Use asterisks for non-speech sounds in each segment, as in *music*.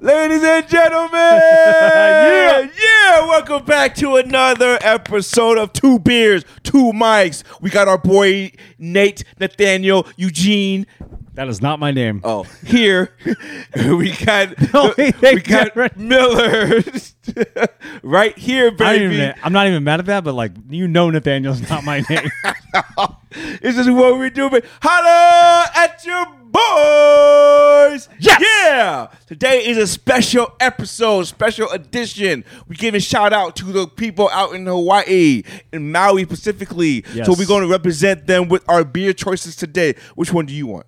Ladies *laughs* and gentlemen, yeah, yeah, welcome back to another episode of Two Beers, Two Mics. We got our boy Nate, Nathaniel, Eugene. That is not my name. Oh, here *laughs* we got *laughs* No, he we ain't got different. Miller *laughs* right here, I baby. am not even mad at that, but like you know, Nathaniel's *laughs* not my name. This is what we do, but holla at your boys! Yes! Yeah! Today is a special episode, special edition. We're giving shout out to the people out in Hawaii, in Maui specifically. Yes. So we're going to represent them with our beer choices today. Which one do you want?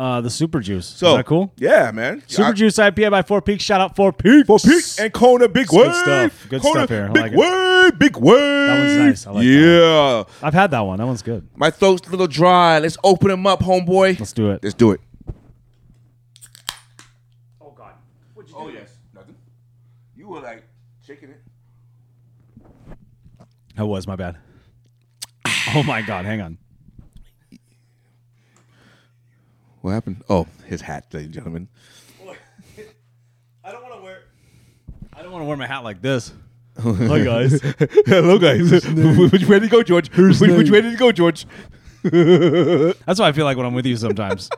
uh, the Super Juice. So is that cool? Yeah, man. Super I- Juice IPA by Four Peaks. Shout out Four Peaks. Four Peaks and Kona Big good Wave. stuff. Good Kona stuff here. I Big like it. Wave, Big Wave. That one's nice. I like that yeah. I've had that one. That one's good. My throat's a little dry. Let's open them up, homeboy. Let's do it. Let's do it. Oh God. Oh yes, nothing. You were like shaking it. That was my bad. Oh my God. Hang on. What happened? Oh, his hat, ladies and gentlemen. *laughs* *laughs* I don't want to wear. I don't want to wear my hat *laughs* like this. Hi guys. Hello, guys. Which way did you go, George? Which, which way did you go, George? That's why I feel like when I'm with *laughs* you sometimes.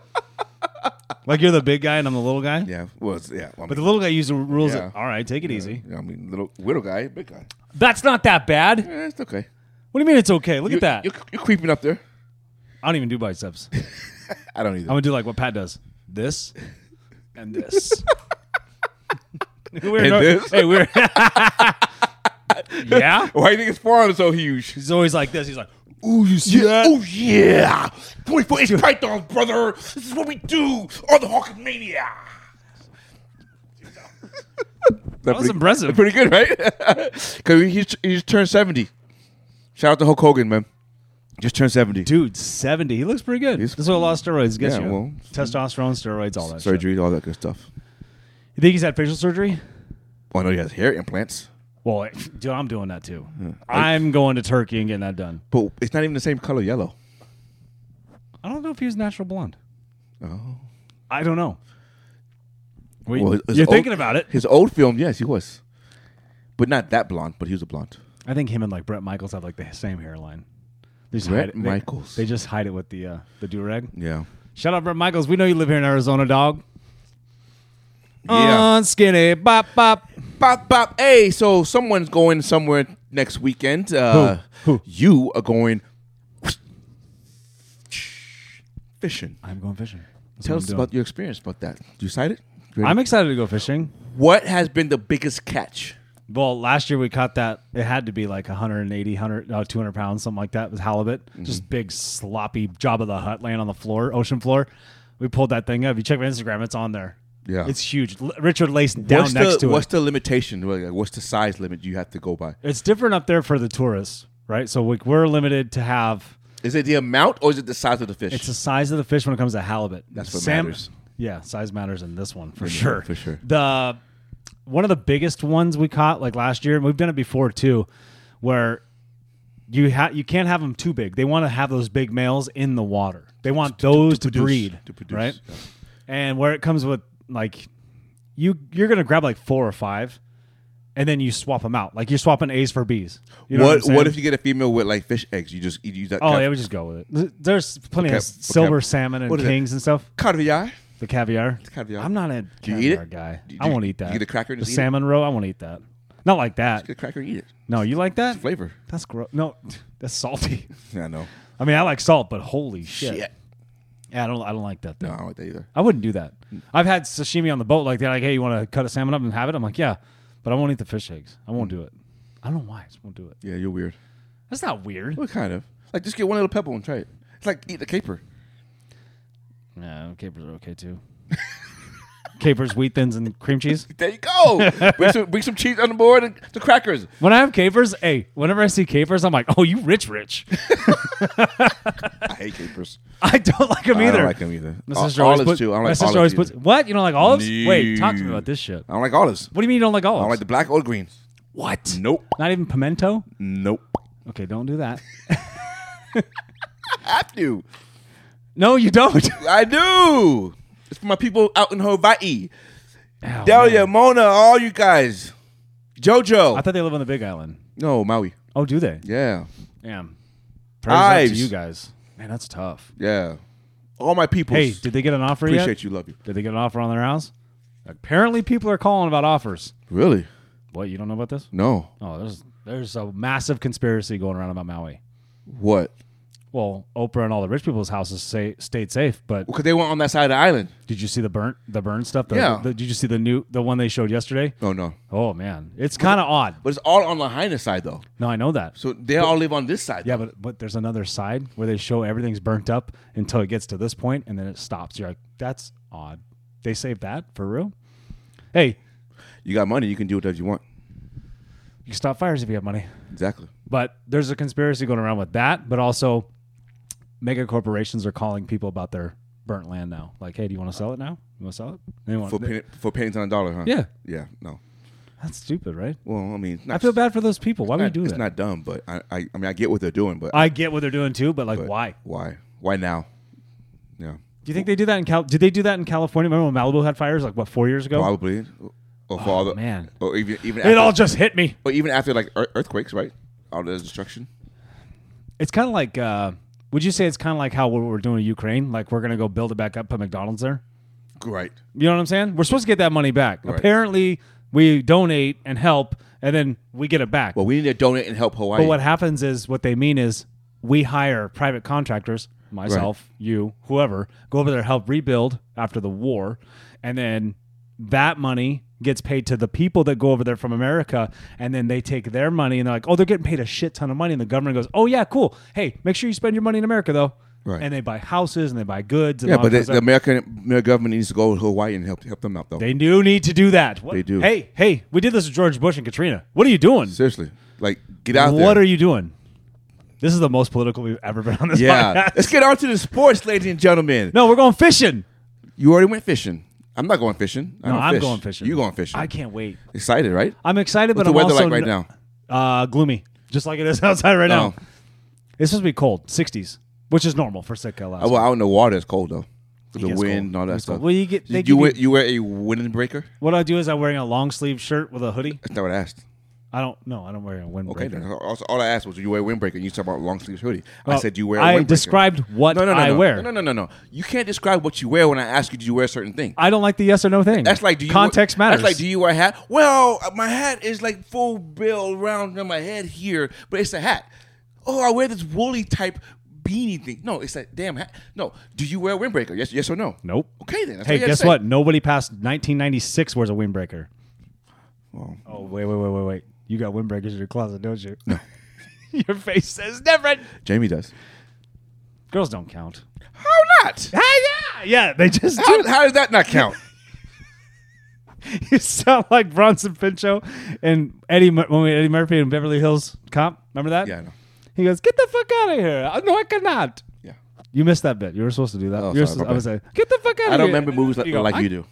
like you're the big guy and I'm the little guy. Yeah, well, it's- yeah. I mean, But the little guy usually rules Yeah. it. All right, take it easy. yeah, I mean, little little guy, big guy. That's not that bad. Yeah, Eh, it's okay. What do you mean it's okay? Look You- at that. You're, you're creeping up there. I don't even do biceps. I'm I don't either. gonna do like what Pat does. This and this. we're And this? Hey, we're *laughs* Yeah. Why do you think his forearm is so huge? He's always like this. He's like, ooh, you see that? Oh yeah, twenty-four inch python, brother. This is what we do on the Hawkmania. That was impressive. Pretty good, right? *laughs* Because he, he just turned 70. Shout out to Hulk Hogan, man. Just turned 70. Dude, 70. He looks pretty good. He's- That's what a lot of steroids gets Yeah, you. well- Testosterone, steroids, all that shit. Surgery, all that good stuff. You think he's had facial surgery? Oh, no, he has hair implants. Well, dude, I'm doing that too. I'm going to Turkey and getting that done. But it's not even the same color yellow. I don't know if he was natural blonde. Oh. I don't know. Wait, Well, his- his you're old- thinking about it. His old film, yes, he was. But not that blonde, but he was a blonde. I think him and like Brett Michaels have like the same hairline. They just Brett hide it. They- Michaels. They, just hide it with the uh, the do rag. Yeah. Shout out Brett Michaels. We know you live here in Arizona, dog. Yeah. On skinny bop bop. Bop, bop. Hey, so someone's going somewhere next weekend. Uh, Who? Who? You are going fishing. I'm going fishing. That's Tell what us I'm doing. about your experience about that. You excited? Ready? I'm excited to go fishing. what has been the biggest catch? Well, last year we caught that. It had to be like 180, 100, uh, 200 pounds, something like that. It was halibut. Just big, sloppy job of the hut laying on the floor, ocean floor. We pulled that thing up. You check my Instagram, it's on there. Yeah. It's huge. L- Richard Laced down what's next the, to it. What's the limitation? Like, What's the size limit you have to go by? It's different up there for the tourists, right? So like we're limited to have Is it the amount or is it the size of the fish? it's the size of the fish when it comes to halibut. That's what matters. Yeah, size matters in this one for sure. for sure. The one of the biggest ones we caught like last year, and we've done it before too, where you ha- you can't have them too big. They want to have those big males in the water. They want those to, produce- breed, to produce, right? yeah. And where it comes with like you you're gonna grab like four or five, and then you swap them out. Like you're swapping A's for B's. You know what what, I'm What, saying? if you get a female with like fish eggs? You just you use that. Oh cat- yeah, we just go with it. Th- There's plenty Okay, of okay. silver salmon and What is it? kings and stuff. caviar. The caviar. caviar. I'm not a Do you caviar eat it? guy. Do you- I won't eat that. you get a cracker and the just eat it? salmon roe. I won't eat that. Not like that. Get a cracker, eat it. No, you like that? Flavor. That's gross. No, *laughs* that's salty. Yeah, no. I mean, I like salt, but holy shit. Shit. Yeah, I don't. I don't like that. Though. No, I don't like that either. I wouldn't do that. I've had sashimi on the boat like that. Like, hey, you want to cut a salmon up and have it? I'm like, yeah, but I won't eat the fish eggs. I won't do it. I don't know why. I just won't do it. Yeah, you're weird. That's not weird. Well, kind of. Like just get one little pebble and try it. It's like eat a caper. No, capers are okay too. *laughs* capers, wheat thins, and cream cheese. There you *laughs* go. bring, some, bring some cheese on the board and the crackers. When I have capers, hey, whenever I see capers, I'm like, oh, you rich, rich. *laughs* I hate capers. I don't like them I either. don't like them either. My O- sister always olives puts. too. I don't my like sister olives always either. puts. What you don't like olives? Wait, No. talk to me about this shit. I don't like olives. What do you mean you don't like olives? I don't like the black or greens. what? Nope. Not even pimento? Nope. Okay, don't *laughs* do that. I *laughs* do. no, you don't. I do. It's for my people out in Hawaii. Oh, Delia, man. Mona, all you guys. JoJo. I thought they live on the Big Island. no, Maui. Oh, do they? Yeah. Damn. Prayers out to Ives. you guys. Man, that's tough. Yeah. All my people. Hey, did they get an offer yet? appreciate you. Love you. Did they get an offer on their house? Apparently, people are calling about offers. Really? What? You don't know about this? No. Oh, there's there's a massive conspiracy going around about Maui. What? Well, Oprah and all the rich people's houses say stayed safe, but Because they weren't on that side of the island. did you see the burnt the burn stuff? The- Yeah. the- did you see the new the one they showed yesterday? Oh, no. Oh man, it's kind of odd. But it's all on Lahaina's side, though. No, I know that. So they all live on this side. Yeah, but but there's another side where they show everything's burnt up until it gets to this point and then it stops. You're like, that's odd. They saved that for real? Hey, You got money. You can do whatever you want. you can stop fires if you have money. Exactly. But there's a conspiracy going around with that, but also mega corporations are calling people about their burnt land now. Like, hey, do you want to sell it now? You want to sell it? They want- For, penny, for pennies on a dollar, huh? yeah, Yeah, no. that's stupid, right? Well, I mean, it's not, I feel bad for those people. Why it's would you not- do It's that? not dumb, but I, I, I mean, I get what they're doing, but I get what they're doing too, but like, But- why? why? Why now? Yeah. Do you think they do that in Cal? Did they do that in California? Remember when Malibu had fires like what four years ago? Oh, Probably. Or for all the, man. Or even, even It after, all just hit me. or even after like ear- earthquakes, right? All the destruction. It's kind of like, uh, would you say it's kind of like how what we're doing in Ukraine? Like we're gonna go build it back up, put McDonald's there. Great. You know what I'm saying? We're supposed to get that money back. Right. Apparently, we donate and help, and then we get it back. Well, we need to donate and help Hawaii. but what happens is what they mean is we hire private contractors, myself, you, whoever, go over there help rebuild after the war, and then that money gets paid to the people that go over there from America, and then they take their money and they're like, oh, they're getting paid a shit ton of money, and the government goes, oh yeah, cool. Hey, make sure you spend your money in America though. Right. And they buy houses and they buy goods. And yeah, all but that the, stuff. the American, American government needs to go to Hawaii and help help them out, though. They do need to do that. What- They do. Hey, hey, we did this with George Bush and Katrina. What are you doing? Seriously. Like, get out there. What are you doing? This is the most political we've ever been on this yeah. podcast. *laughs* Let's get on to the sports, ladies and gentlemen. No, we're going fishing. You already went fishing. I'm not going fishing. I No, don't I'm fish. going fishing. You going fishing? I can't wait. Excited, right? I'm excited, but the I'm weather also like right n- now? Oh. Uh, gloomy, just like it is *laughs* outside right now. No. It's supposed to be cold, 60s, which is normal for Sitka, Alaska. well, Oh, out in the water, it's cold though. It The gets cold. wind and all It that gets cold. stuff. Well, you get they Did give you you- wear, you wear a windbreaker? what I do is I'm wearing a long sleeve shirt with a hoodie. That's not what I asked. I don't. No, I don't wear a windbreaker. Okay, then. Also, all I asked was, do you wear a windbreaker? And you talk about long sleeve hoodie. I Well, said, do you wear? a I windbreaker? described what No, no, no, I no. wear. No, no, no, no, no. You can't describe what you wear when I ask you, do you wear a certain thing? I don't like the yes or no thing. That's like, do you context matters? That's like, do you wear a hat? Well, my hat is like full bill around on my head here, but it's a hat. Oh, I wear this woolly type beanie thing. No, it's that damn hat. No, do you wear a windbreaker? Yes, yes or no? nope. Okay, then. That's Hey, all you had to guess say. what? Nobody past 1996 wears a windbreaker. Well. oh, wait, wait, wait, wait, wait. You got windbreakers in your closet, don't you? No. *laughs* your face says different. Jamie does. Girls don't count. How not? Ah, yeah, yeah, they just How, *laughs* do. how does that not *laughs* count? you sound like Bronson Pinchot and Eddie Mur- when we had Eddie Murphy in Beverly Hills Cop. Remember that? yeah, I know. He goes, "Get the fuck out of here!" "Oh, No, I cannot. Yeah. You missed that bit. You were supposed to do that. Oh, you were sorry, supposed, my I was like, "Get the fuck out of here!" I don't remember movies like, You go, like "I- you do.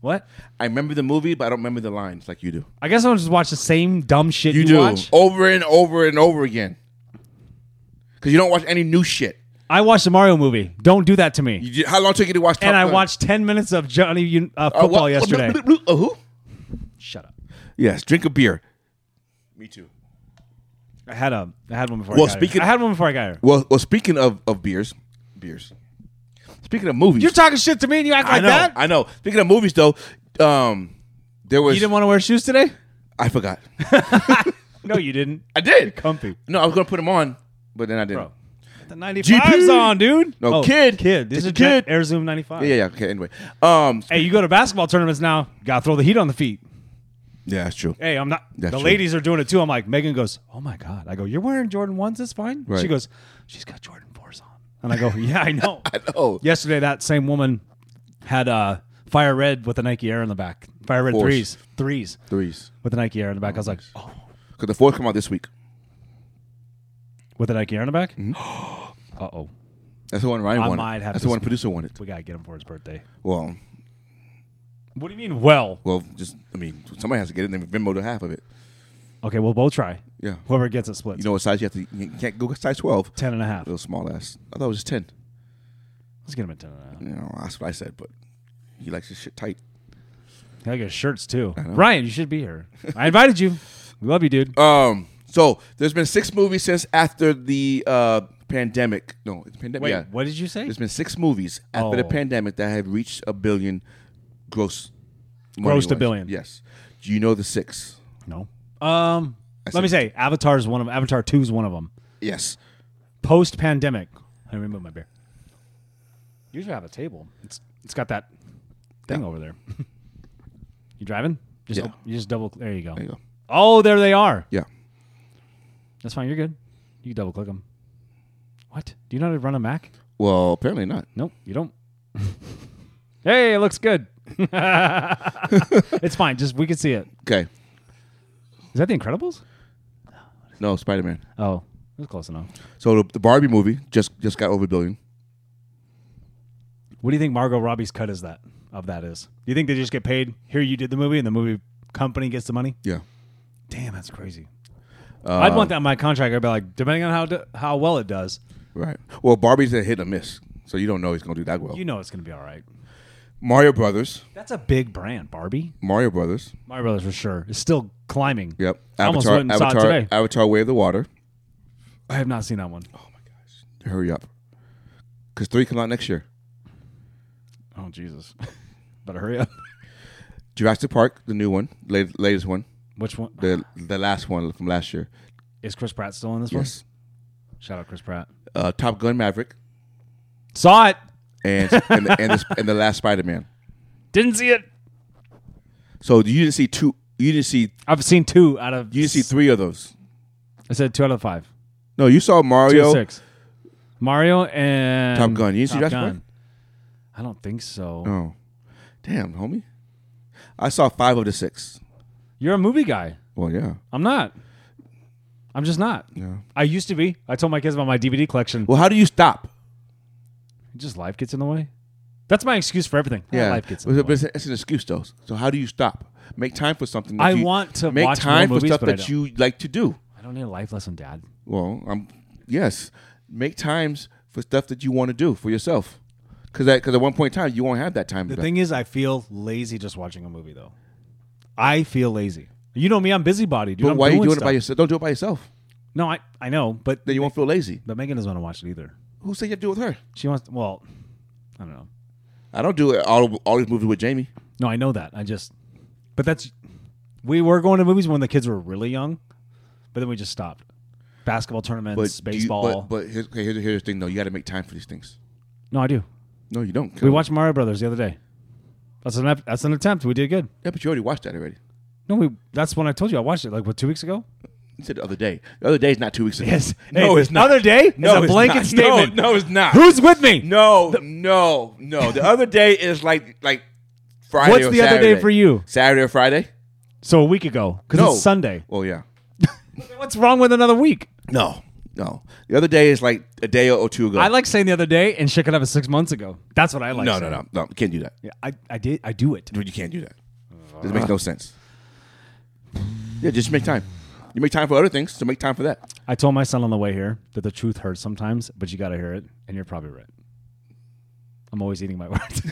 What? I remember the movie, but I don't remember the lines like you do. I guess I'll just watch the same dumb shit you, watch. over and over and over again. Because you don't watch any new shit. I watched the Mario movie. Don't do that to me. You, ju- how long took you to watch? Top and I Gun? watched 10 minutes of Johnny Un- uh, Uh, football what- yesterday. Uh, bl- bl- bl- uh, who? Shut up. Yes, drink a beer. Me too. I had a I had one before Well, I got speaking- here. I had one before I got here. Well, well. Speaking of of beers, beers. Speaking of movies, You're talking shit to me and you act I like know. that? I know. Speaking of movies, though, um, there you was didn't want to wear shoes today? I forgot. No, you didn't. *laughs* I did. Comfy. No, I was gonna put them on, but then I didn't. Bro. The 95's on, dude. Oh, No, kid. Kid. This It's is a kid. kid. Air Zoom 95. Yeah, yeah. Okay. Anyway, um, Hey, you go to basketball tournaments now, got to throw the heat on the feet. yeah, that's true. Hey, I'm not. That's the true. ladies are doing it too. I'm like, Megan goes, Oh my God. I go, You're wearing Jordan 1s? It's fine. Right. She goes, She's got Jordan 4s on. And I go, Yeah, *laughs* I know. Oh, yesterday that same woman had uh, fire red with a Nike Air in the back. Fire red Force. threes, threes threes. with a Nike Air in the back. I was like, oh, Because the fourth come out this week. with a Nike Air in the back. Mm-hmm. *gasps* uh oh, That's the one Ryan I wanted. might have That's to the one sp- producer wanted. we gotta get him for his birthday. Well, What do you mean? Well, well, just I mean, somebody has to get it. Then Venmo to half of it. okay, we'll both try. Yeah. Whoever gets it splits. You know Uh, what size you have to? You can't go size twelve. Ten and a half. Little small ass. I thought it was just ten. Let's get him at ten and a half. You know, that's what I said. But he likes his shit tight. I got shirts too. Ryan, you should be here. I invited you. We love you, dude. Um, so there's been six movies since after the uh, pandemic. No, it's pandemic. Wait, yeah. what did you say? There's been six movies after the Oh. pandemic that have reached a billion gross. Gross to money-wise. billion. Yes. Do you know the six? No. Um, let me say, Avatar is one of Avatar Two is one of them. Yes. Post pandemic, I remove my beer. You should have a table. It's it's got that thing Yeah. over there. *laughs* you driving? Just Yeah. you just double. There you go. There you go. Oh, there they are. Yeah. That's fine. You're good. You can double click them. What? Do you know how to run a Mac? Well, apparently not. Nope, you don't. *laughs* hey, it looks good. *laughs* it's fine. Just we can see it. Okay. Is that The Incredibles? No, Spider Man. Oh, it was close enough. So the, the Barbie movie just just got over a billion. What do you think Margot Robbie's cut is that of that is? Do you think they just get paid? Here you did the movie, and the movie company gets the money. Yeah. Uh, Damn, that's crazy. I'd Um, want that in my contract. I'd be like, depending on how do, how well it does, Right. Well, Barbie's a hit or miss, so you don't know he's gonna do that well. you know it's gonna be all right. Mario Brothers. That's a big brand, Barbie. Mario Brothers. My brothers for sure is still climbing. Yep. I almost Avatar. went and saw it Avatar. today. Avatar. Way of the Water. I have not seen that one. Oh, Hurry up, because three come out next year. Oh, Jesus, *laughs* better hurry up. Jurassic Park, the new one, late, latest one, Which one the the last one from last year. is Chris Pratt still in this Yes. one? Shout out Chris Pratt. Uh, Top Gun Maverick Saw it. and and the, and, the, sp- and the last Spider Man. Didn't see it. So you didn't see two. You didn't see. I've seen two out of. You didn't see three of those. I said two out of five. No, you saw Two out Mario. of six. Mario and Top Gun. You didn't see Top Jurassic Park? Gun. I don't think so. Oh, damn, homie. I saw five of the six. You're a movie guy. Well, yeah. I'm not. I'm just not. Yeah. I used to be. I told my kids about my DVD collection. Well, how do you stop? Just life gets in the way. That's my excuse for everything. Ah, Yeah, life gets in But the it's, way. it's an excuse though. So how do you stop? Make time for something. that I you- want to make watch time more movies, for stuff but I that you like to do. I don't need a life lesson, Dad. Well, I'm yes. Make times for stuff that you want to do for yourself, because because at one point in time you won't have that time. The to- thing is, I feel lazy just watching a movie, though. I feel lazy. You know me, I'm busybody, dude. but I'm why are you doing it stuff. by yourself? Don't do it by yourself. No, I, I know, but Then you won't feel lazy. but Megan doesn't want to watch it either. Who said you have to do it with her? She wants. Well, I don't know. I don't do it all all these movies with Jamie. No, I know that. I just. But that's. We were going to movies when the kids were really young, but then we just stopped. Basketball But tournaments, do you- baseball. but but here's, okay, here's, here's the thing though. You got to make time for these things. no, I do. No, you don't. We watched Mario Brothers the other day. That's an ep- that's an attempt. We did good. Yeah, but you already watched that already. No, we. That's when I told you I watched it. Like what two weeks ago? You said the other day. The other day is not two weeks ago. *laughs* Yes. No, Hey, it's not. Other day. No, it's a it's blanket not. *laughs* statement. No, no, it's not. Who's with me? Ah. No, no, no. The other day is like like Friday. What's or the other day Saturday. for you? Saturday or Friday? So a week ago, because No. it's Sunday. Well, yeah. What's wrong with another week? No, no. The other day is like a day or two ago. I like saying the other day and shit could have it six months ago. That's what I like. No, saying. no, no, no. Can't do that. Yeah, I, I did. I do it. Dude, you can't do that. It makes no Uh. sense. Yeah, just make time. You make time for other things, so make time for that. I told my son on the way here that the truth hurts sometimes, but you got to hear it, and you're probably right. I'm always eating my *laughs* words.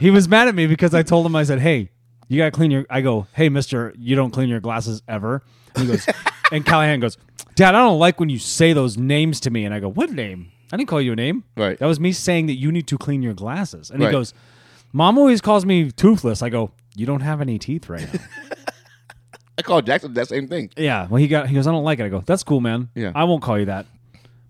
he was mad at me because I told him I said, "Hey, you got to clean your." I go, "Hey, Mister, you don't clean your glasses ever." *laughs* And he goes, and Callahan goes, "Dad, I don't like when you say those names to me." And I go, "What name? I didn't call you a name. Right. That was me saying that you need to clean your glasses." And Right. he goes, "Mom always calls me toothless." I go, "You don't have any teeth right now." I called Jackson that same thing. Yeah. Well, he got. He goes. I don't like it. I go. That's cool, man. Yeah. I won't call you that.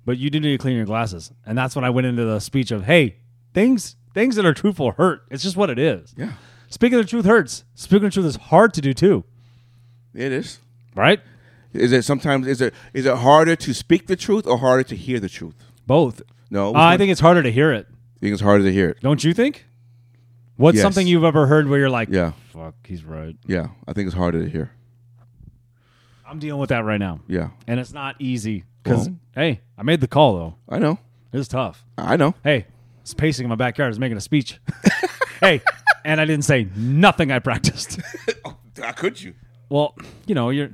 But you do need to clean your glasses, and that's when I went into the speech of, "Hey, things things that are truthful hurt. It's just what it is. Yeah, Speaking the truth hurts. Speaking the truth is hard to do too, it is. right? Is it sometimes is it is it harder to speak the truth or harder to hear the truth? Both. No, Uh, I think it's harder to hear it. I think it's harder to hear it. Don't you think? What's Yes. something you've ever heard where you're like, Yeah, "Fuck, he's right." yeah. I think it's harder to hear. I'm dealing with that right now, Yeah, and it's not easy because Well- hey, I made the call though. I know. It was tough. I know. hey, it's pacing in my backyard. I was making a speech. *laughs* hey, and I didn't say nothing I practiced. *laughs* How could you? Well, you know, you're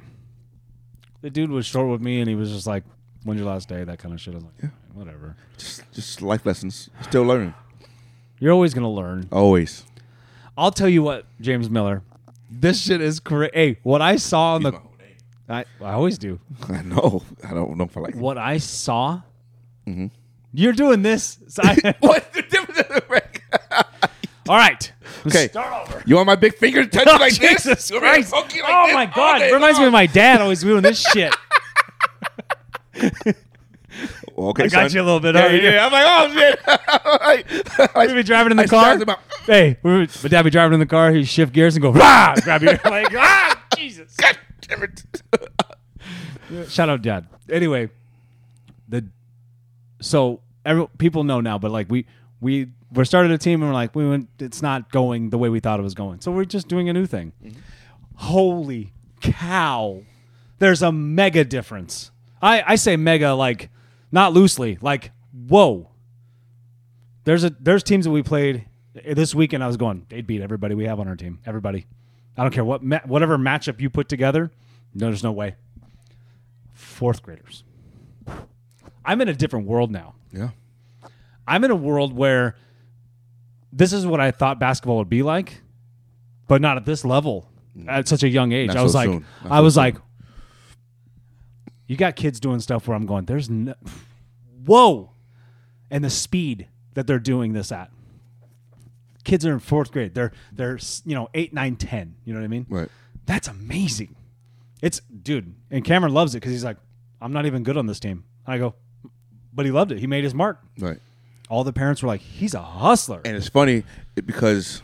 the dude was short with me and he was just like, When's your last day? That kind of shit. I was like, Whatever. Just, just life lessons. Still learning. You're always gonna learn. Always. I'll tell you what, James Miller. This shit is crazy. Hey, what I saw on Oh, the I, I always do. *laughs* I know. I don't know if I like *laughs* What I saw. Mm-hmm. You're doing this. So *laughs* I- What's the difference? in the rec- all right. Okay. Start over. You want my big finger to touch Oh, you like this? *laughs* Jesus You want me to Christ. poke you like oh this my all God. day Reminds me long? of *laughs* my dad always doing this shit. Okay, I got son. you a little bit. Yeah, huh? you did. I'm oh, *laughs* like, oh shit. I- We'd be driving in the I car. started about- hey, we would, my dad be driving in the car. He'd shift gears and go, rah, grab your *laughs* leg. Ah, *laughs* Jesus. God damn it. *laughs* Shout out, Dad. Anyway, the so every, people know now, but like we we we started a team and we're like we went. It's not going the way we thought it was going, so we're just doing a new thing. Holy cow! There's a mega difference. I I say mega like not loosely, like whoa. There's a there's teams that we played this weekend. I was going, they'd beat everybody we have on our team. Everybody, I don't care what ma- whatever matchup you put together. No, there's no way fourth graders. I'm in a different world now. Yeah. I'm in a world where this is what I thought basketball would be like, but not at this level at such a young age. Not I was so like, soon. Not I so was soon. like, you got kids doing stuff where I'm going, there's no, whoa, and the speed that they're doing this at. Kids are in fourth grade. They're they're you know eight, nine, ten. You know what I mean? Right. That's amazing. It's dude, and Cameron loves it because he's like, I'm not even good on this team. And I go, but he loved it. He made his mark. Right. All the parents were like, he's a hustler. And it's funny because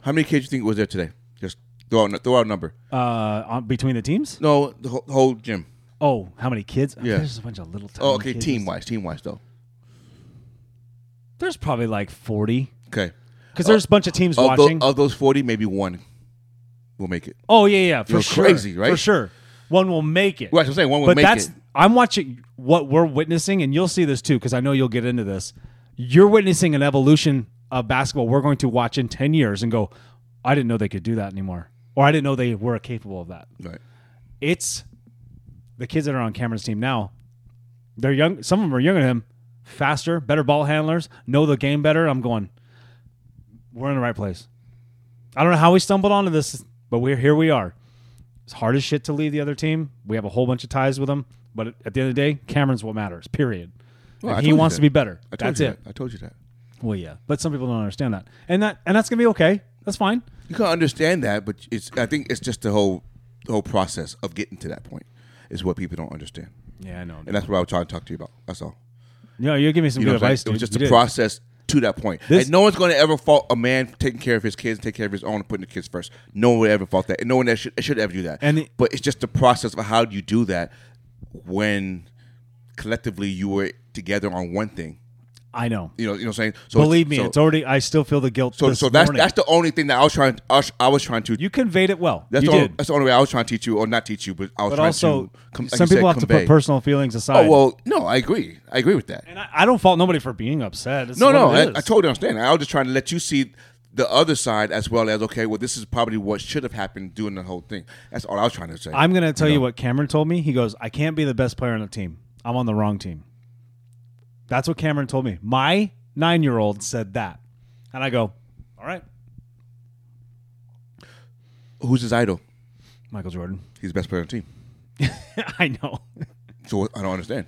how many kids do you think was there today? Just throw out throw out a number. Uh, on, between the teams. No, the whole, the whole gym. Oh, how many kids? Yeah. There's a bunch of little. Oh, tiny okay. kids. Team wise, team wise though. There's probably like forty Okay. Oh. because there's a bunch of teams Of, tho- watching. of those forty, maybe one will make it. oh yeah, yeah, for You're sure. crazy, For right? sure, one will make it. Right, that's what I'm saying. One will but make that's it. I'm watching what we're witnessing, and you'll see this too because I know you'll get into this. You're witnessing an evolution of basketball we're going to watch in ten years and go, I didn't know they could do that anymore, or I didn't know they were capable of that. Right. It's the kids that are on Cameron's team now. They're young. Some of them are younger than him, faster, better ball handlers, know the game better. I'm going. We're in the right place. I don't know how we stumbled onto this, but we're here. We are. It's hard as shit to leave the other team. We have a whole bunch of ties with them, but at the end of the day, Cameron's what matters. Period. Well, If I he told you wants that. to be better. I told That's you it. That. I told you that. Well, yeah, but some people don't understand that, and that and that's gonna be okay. That's fine. You can understand that, but it's. I think it's just the whole, the whole process of getting to that point is what people don't understand, Yeah, I know. and that's what I was trying to talk to you about. That's all. No, you're giving me some You know good what I'm advice. saying? It was dude. just You the did. process to that point. This- and no one's going to ever fault a man for taking care of his kids and taking care of his own and putting the kids first. No one would ever fault that. And no one that should, should ever do that. And the- but it's just the process of how do you do that when collectively you were together on one thing. I know. You know, you know what I'm saying? So Believe me, so, it's already. I still feel the guilt. so, this so that's morning. that's the only thing that I was trying I was, I was trying to you conveyed it well. that's you the only, did. that's the only way I was trying to teach you or not teach you, but I was But trying also, to com- like some you people said, have to convey. put personal feelings aside. Oh well, no, I agree. I agree with that. and I, I don't fault nobody for being upset. It's No, what no, it I, is. I totally understand. I was just trying to let you see the other side as well as okay, well, this is probably what should have happened doing the whole thing. That's all I was trying to say. I'm going to tell you what Cameron told me. He goes, I can't be the best player on the team. I'm on the wrong team. That's what Cameron told me. My nine year old said that. And I go, All right, Who's his idol? Michael Jordan. *laughs* He's the best player on the team. I know. So I don't understand.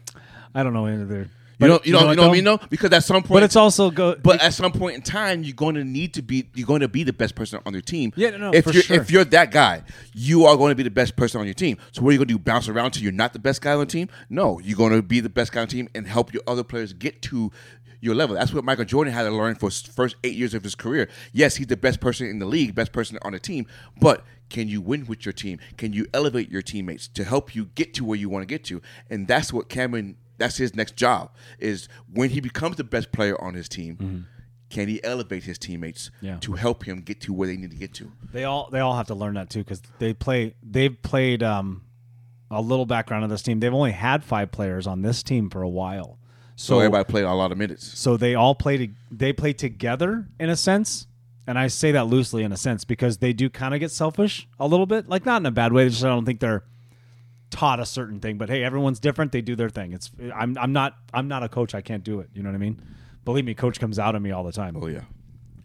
I don't know either. But- You know, you know, you know, what I though? mean? though? because at some point, But it's also go. but at some point in time, you're going to need to be you're going to be the best person on your team. Yeah, no, no, if for you're sure. if you're that guy, you are going to be the best person on your team. So what are you going to do? Bounce around till you're not the best guy on the team? No, you're going to be the best guy on the team and help your other players get to your level. That's what Michael Jordan had to learn for his first eight years of his career. Yes, he's the best person in the league, best person on the team, but can you win with your team? Can you elevate your teammates to help you get to where you want to get to? And that's what Cameron. That's his next job. Is when he becomes the best player on his team can he elevate his teammates Yeah. to help him get to where they need to get to? They all they all have to learn that too because they play they've played um, a little background on this team. They've only had five players on this team for a while, So, so everybody played a lot of minutes. so they all play to, they play together in a sense. And I say that loosely in a sense because they do kind of get selfish a little bit, like not in a bad way. They just I don't think they're taught a certain thing. But hey, everyone's different. They do their thing. It's I'm I'm not I'm not a coach. I can't do it. You know what I mean? Believe me, coach comes out of me all the time. Oh yeah,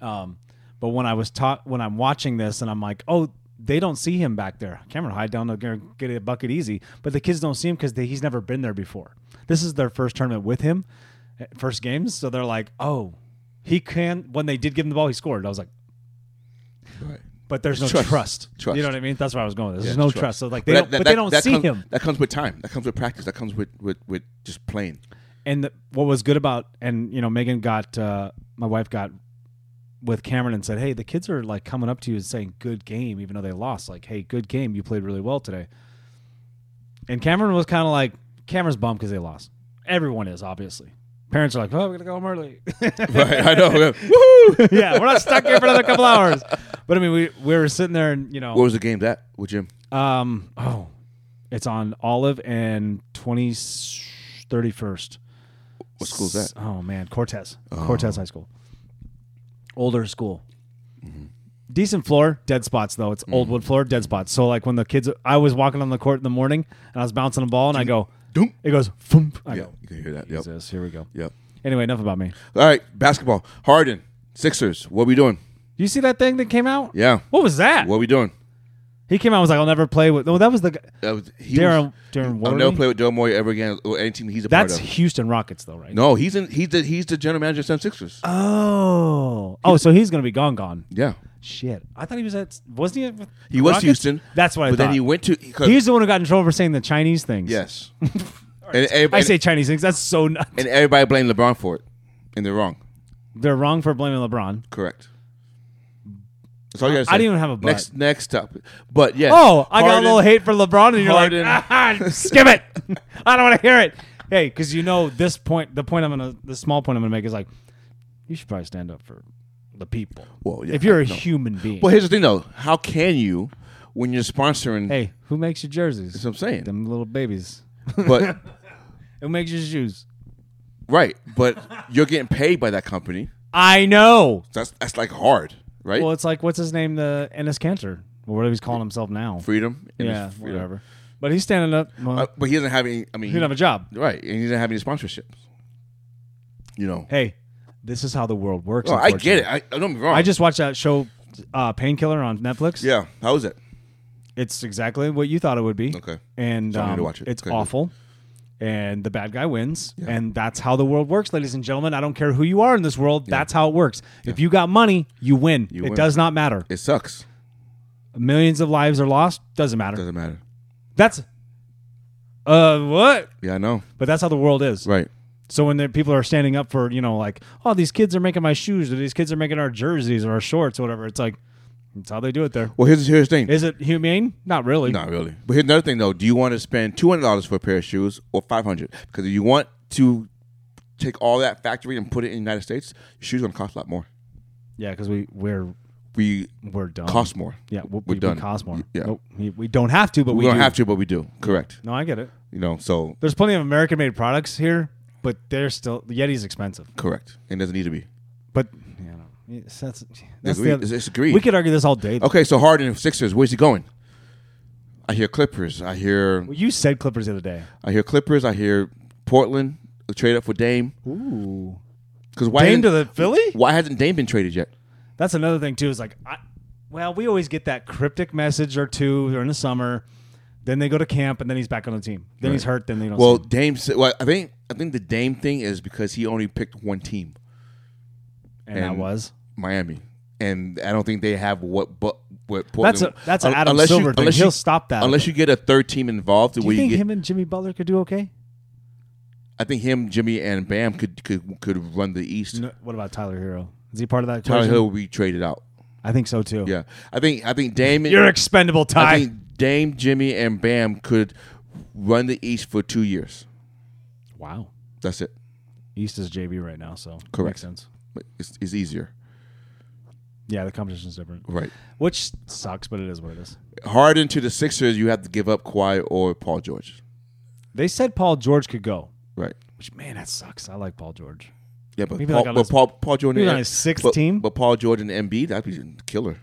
Um, but when I was taught, when I'm watching this, and I'm like, oh, they don't see him back there. Cameron Hyde down there get a bucket easy, but the kids don't see him because he's never been there before. This is their first tournament with him, eh, first games. So they're like, oh, he can. When they did give him the ball, he scored. I was like, Right. but there's no Trust. trust. Trust. You know what I mean? That's where I was going. with this. Yeah, There's no trust. trust. So like they that- don't, that- but they that- don't that see comes- him. That comes with time. That comes with practice. That comes with with with, with *laughs* just playing. and the, what was good about and you know megan got uh, my wife got with cameron and said hey the kids are like coming up to you and saying good game even though they lost like hey good game you played really well today and cameron was kind of like cameron's bummed because they lost everyone is obviously parents are like oh we're gonna go home early right. *laughs* *laughs* I know. Woohoo! yeah we're not stuck here for another couple hours but i mean we, we were sitting there and you know What was the game that with Jim? um, oh, it's on Olive and 20, 31st. What school's that? Oh. Oh, man. Cortez. Cortez High School. Older school. Mm-hmm. Decent floor, dead spots though. It's old wood floor, dead spots. So like when the kids, I was walking on the court in the morning and I was bouncing a ball and I go, Doom. it goes, thump. I Yeah, go, you can hear that. Yep. Jesus, here we go. Yep. Anyway, enough about me. All right, basketball. Harden, Sixers. What we doing? You see that thing that came out? Yeah. What was that? What we doing? He came out and was like, I'll never play with. No, that was the guy. That was, he Darren. was- Darren. I'll Worley? never play with Daryl Morey ever again or any team he's a That's part of. Houston Rockets though, right? No, he's in. He's the he's the general manager of San Sixers. Uh, Oh, oh, so he's gonna be gone, gone. yeah, Shit, I thought he was at. Wasn't he? At with he was Rockets? Houston. That's what I But thought. then he went to. He, He's the one who got in trouble for saying the Chinese things. *laughs* yes. and, and, I say Chinese things. That's so. Nuts. and everybody blamed LeBron for it, and they're wrong. *laughs* They're wrong for blaming LeBron. Correct. That's all you gotta say. I didn't even have a but. next next topic. But yes. Oh, I got a Harden- little hate for LeBron, and you're Harden. like, *laughs* ah, skip it. *laughs* I don't want to hear it. Hey, because you know this point. The point I'm gonna, the small point I'm gonna make is like, you should probably stand up for the people. Well, yeah, if you're I a know. human being. Well, here's the thing though. How can you, when you're sponsoring? hey, who makes your jerseys? That's what I'm saying. Them little babies. *laughs* But Who makes your shoes? right, but you're getting paid by that company. I know. That's that's like hard, right? Well, it's like what's his name, the Ennis Cantor, or whatever he's calling himself now. freedom. and yeah, it's freedom. whatever. But he's standing up. Well, Uh, but he doesn't have any. I mean, he didn't have a job. right, and he doesn't have any sponsorships. You know. Hey, this is how the world works. Oh, I get unfortunately. it. I, I don't be wrong. I just watched that show, uh, Painkiller, on Netflix. yeah. How is it? it's exactly what you thought it would be. Okay. and So I need um, to watch it. it's Okay, good. awful. And the bad guy wins, and that's how the world works, ladies and gentlemen. I don't care who you are in this world. That's how it works. If you got money, you win. it win. does not matter. It sucks. Millions of lives are lost. Doesn't matter. Doesn't matter. That's uh what? Yeah, I know. But that's how the world is. Right. So when the people are standing up for, you know, like, oh, these kids are making my shoes, or these kids are making our jerseys or our shorts or whatever, it's like that's how they do it there. Well, here's here's the thing. Is it humane? Not really. Not really. But here's another thing though. Do you want to spend two hundred dollars for a pair of shoes or five hundred? Because if you want to take all that factory and put it in the United States, your shoes gonna cost a lot more. Yeah, because we we're We we're dumb. cost more. Yeah, we, We're we done. cost more. Yeah. Nope. We, we don't have to, but we, We don't do. have to, but we do. Correct. No, I get it. You know, so There's plenty of American-made products here, but they're still the Yeti's expensive. correct. And doesn't need to be. But you know, it's- that's that's Agreed. the other, It's- it's agreed. We could argue this all day. though. Okay, so Harden Sixers, where's he going? I hear Clippers. I hear You said Clippers the other day. I hear Clippers. I hear Portland a trade up for Dame. Ooh, Because why Dame to hasn't- the Philly? Why hasn't Dame been traded yet? That's another thing too. Is like, I, well, we always get that cryptic message or two during the summer. Then they go to camp, and then he's back on the team. Then he's hurt. Then they don't. Well, see him. Dame. s- Well, I think I think the Dame thing is because he only picked one team, and, that and was Miami, and I don't think they have what but what Portland. that's a that's an un- Adam unless you- Silver thing. unless He'll you- stop that. Unless you get a third team involved, do where you think get, him and Jimmy Butler could do okay? I think him, Jimmy, and Bam could could could run the East. No, what about Tyler Hero? Is he part of that? Tyler equation? Hill will be traded out. I think so too. Yeah, I think I think Dame. You're expendable, Ty. I think Dame, Jimmy, and Bam could run the East for two years. wow. That's it. East is JV right now, so Correct. makes sense. It's, it's easier, Yeah, the competition's different, right? which sucks, but it is what it is. Harden to the Sixers, you have to give up Kawhi or Paul George, They said Paul George could go, right? which man, that sucks. I like Paul George. Yeah, but Maybe Paul, like on but his- Paul, Paul Jordan maybe and- on his sixth but- team? But Paul Jordan and Embiid, that'd be a killer.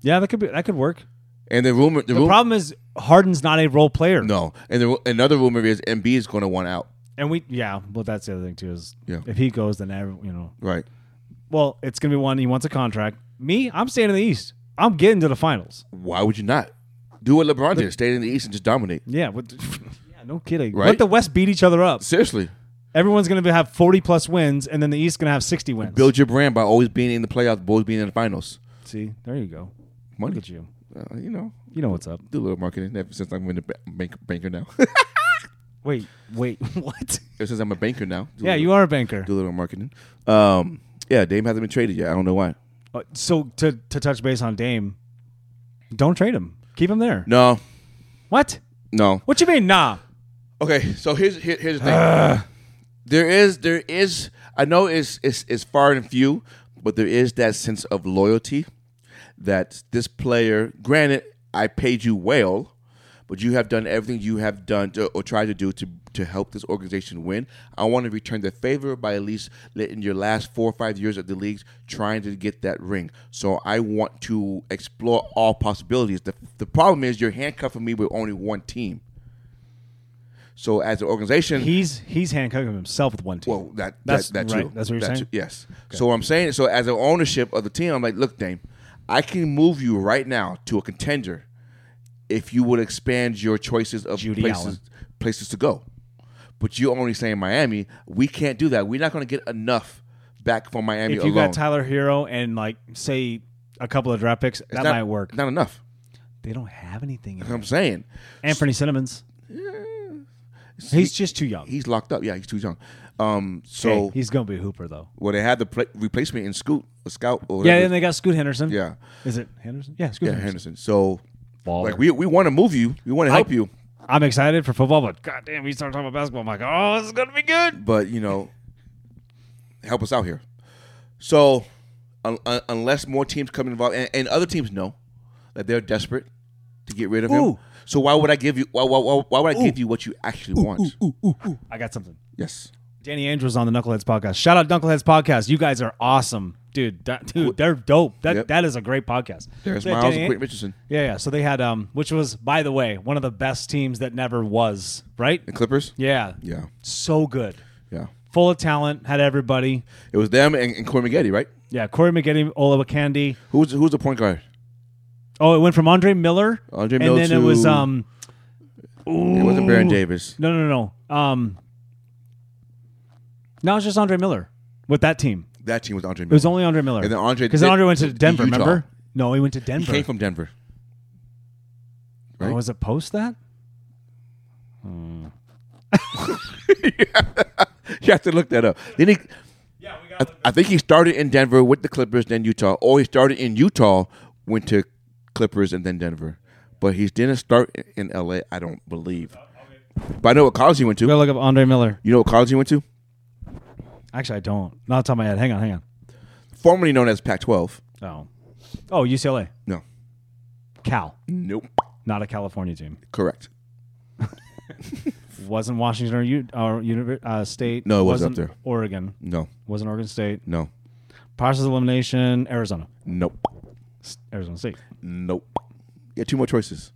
Yeah, that could be that could work. And the rumor, the, The rumor, problem is Harden's not a role player. no, and the, ru- another rumor is Embiid is going to want out, And we yeah, well that's the other thing too is Yeah. if he goes then every, you know right? Well, it's gonna be one. He wants a contract. Me, I'm staying in the East. I'm getting to the finals. Why would you not? Do what LeBron did. Stay in the East and just dominate. Yeah, what, *laughs* yeah, no kidding. Right? Let the West beat each other up. Seriously. Everyone's gonna be, have 40 plus wins, and then the East gonna have 60 wins. Build your brand by always being in the playoffs, always being in the finals. See, there you go. Look Money. at you. Uh, you know, You know what's up. do a little marketing ever since I'm in the ba- bank, banker now. *laughs* Wait, wait, *laughs* what? ever since I'm a banker now. do a Yeah, little- you are a banker. Do a little marketing. Um, yeah, Dame hasn't been traded yet. I don't know why. Uh, So to to touch base on Dame, don't trade him. Keep him there. No, What? no. What you mean? Nah. Okay, so here's here, here's the thing. there is there is I know it's it's it's far and few, but there is that sense of loyalty that this player. Granted, I paid you well, but you have done everything you have done to, or tried to do to to help this organization win. I want to return the favor by at least letting your last four or five years at the leagues trying to get that ring. So I want to explore all possibilities. The the problem is you're handcuffing me with only one team. So as an organization, He's he's handcuffing himself with one team. well, that That's that, that right. too. That's what you're That saying? too, yes. So I'm saying so as an ownership of the team, I'm like, look, Dame, I can move you right now to a contender if you would expand your choices of Judy places Allen. places to go. But you're only saying Miami. We can't do that. We're not going to get enough back from Miami if you alone. got Tyler Hero and like say a couple of draft picks, that Not- might work. Not enough. They don't have *laughs* anything. In I'm saying Anthony Simmons. He's just too young. he's locked up. Yeah, he's too young. Um, so Hey, he's gonna be a hooper though. well, they had the pla replacement in Scoot, a scout. Or Yeah, whatever. and they got Scoot Henderson. yeah, Is it Henderson? Yeah, Scoot yeah, Henderson. Henderson. So Baller. Like we, we want to move you. We want to help you. I'm excited for football, but goddamn, we start talking about basketball. I'm like, oh, this is gonna be good. But you know, help us out here. So un- un- unless more teams come involved, and, and other teams know that they're desperate to get rid of him. Ooh. So why would I give you? Why, why, why, why would I give you what you actually want? I got something. Yes. Danny Andrews on the Knuckleheads podcast. Shout out Knuckleheads podcast. You guys are awesome, dude. That, dude, they're dope. That Yep. that is a great podcast. There's Yeah, Miles Danny- and Quentin Richardson, Yeah, yeah. So they had um, which was by the way one of the best teams that never was, right? the Clippers. Yeah, Yeah, so good, yeah. full of talent, had everybody. It was them and, and Corey Maggette, right? Yeah, Corey McGetty, Olawa Candy. Who's who's the point guard? Oh, it went from Andre Miller, Andre and Miller then it was to- um, It wasn't Baron Davis. no, no, no, no. Um, no, it's just Andre Miller with that team. That team was Andre Miller. It was only Andre Miller. And then Andre- because Andre went to Denver. Utah. Remember? No, he went to he Denver. came from Denver. Oh, right? was it post that? You have to look that up. Then he, Yeah, we I, got. I think he started in Denver with the Clippers, then Utah, or he started in Utah, went to Clippers, and then Denver. But he didn't start in L.A. I don't believe. Oh, But I know what college he went We to. gotta look up Andre Miller. You know what college he went to? Actually, I don't. Not off the top of my head. Hang on, hang on. Formerly known as Pac-12. Oh, oh, UCLA, No. Cal, Nope. not a California team. Correct. Wasn't Washington or, U- or Univer- uh, State? No, it wasn't up Wasn't there. Oregon No. wasn't Oregon State. No. Process of elimination. Arizona, Nope. S- Arizona State. Nope. Yeah, two more choices.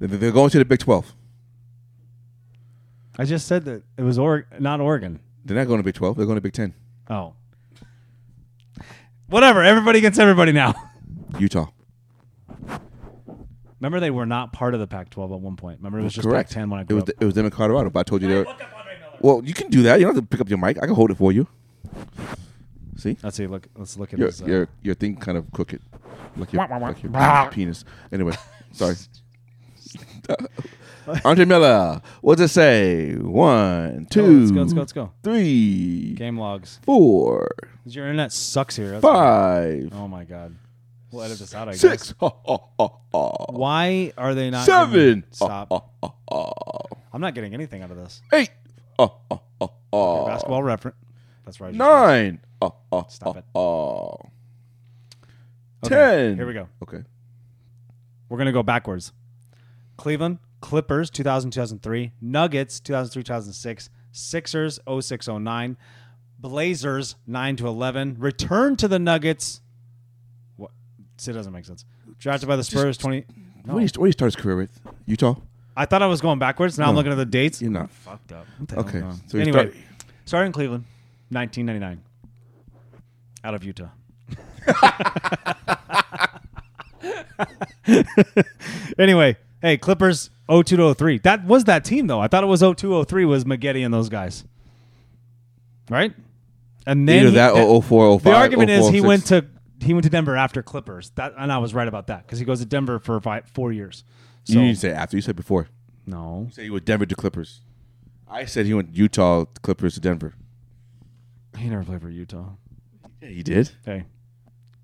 They- They're going to the Big 12. I just said that it was or- not Oregon. They're not going to Big 12. They're going to Big 10. Oh, whatever. Everybody gets everybody now. *laughs* Utah. Remember, they were not part of the Pac-12 at one point. Remember, it was just Correct. Pac-10 when I it grew was up. it was them in Colorado, but I told you they were. Well, you can do that. You don't have to pick up your mic. I can hold it for you. See? Let's see. Look, let's look at your his. Uh, your your thing kind of crooked, like your, like your penis. Anyway, *laughs* sorry. Andre Miller, what does it say? One, Oh, two, let's go. Let's go. Let's go. three, Game logs. four, 'Cause Your internet sucks here. That's five, Oh my god. We'll edit this out. I guess. six, ha, ha, ha, ha, Why are they not? seven, Uh, giving- ha, Stop. ha, ha, ha, I'm not getting anything out of this. eight, ha, ha, ha, ha, Your basketball reference. That's right. I just read. Uh, nine, ha, ha, Stop it. ha, Okay, oh, ten. Here we go. Okay. We're gonna go backwards. Cleveland Clippers 2000 2003, Nuggets 2003 2006, Sixers 06 09, Blazers 9 to 11, return to the Nuggets. What? It doesn't make sense. Drafted by the Spurs 20. What, did he, what did he start his career with? Utah? I thought I was going backwards. Now I'm looking at the dates. You're not. fucked up. What the Okay, hell is going on? so you anyway, start- started in Cleveland, 1999. out of Utah. *laughs* anyway, hey, Clippers 02 to 03. That was that team, though. I thought it was 02 03 was Maggette and those guys. Right? And then Either he- that or 04, 05, the argument is 04, he 06. went to he went to Denver after Clippers. That and I was right about that because he goes to Denver for five, four years. So You didn't say after. You said before. no, You said he went Denver to Clippers. I said he went Utah to Clippers to Denver. he never played for Utah. Yeah, he did. Hey,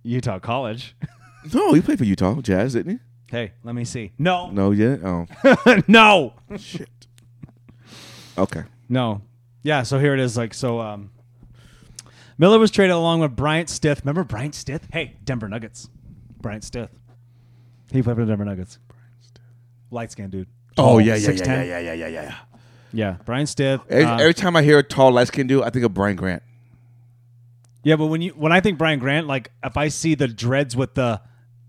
Utah College. *laughs* No, he played for Utah Jazz, didn't he? hey, let me see. No, No, yeah. *laughs* Oh, *laughs* no, shit. Okay. Oh, no. Yeah, so here it is. Like so, um, Miller was traded along with Bryant Stith. Remember Bryant Stith? Hey, Denver Nuggets. Bryant Stith. He played for the Denver Nuggets. Light skin dude. Oh, Tall, yeah, yeah, yeah, 6'10". yeah, yeah, yeah, yeah, yeah. Yeah, Brian Stith. Every, uh, every time I hear a tall, light skinned dude, I think of Brian Grant. Yeah, but when you when I think Brian Grant, like if I see the dreads with the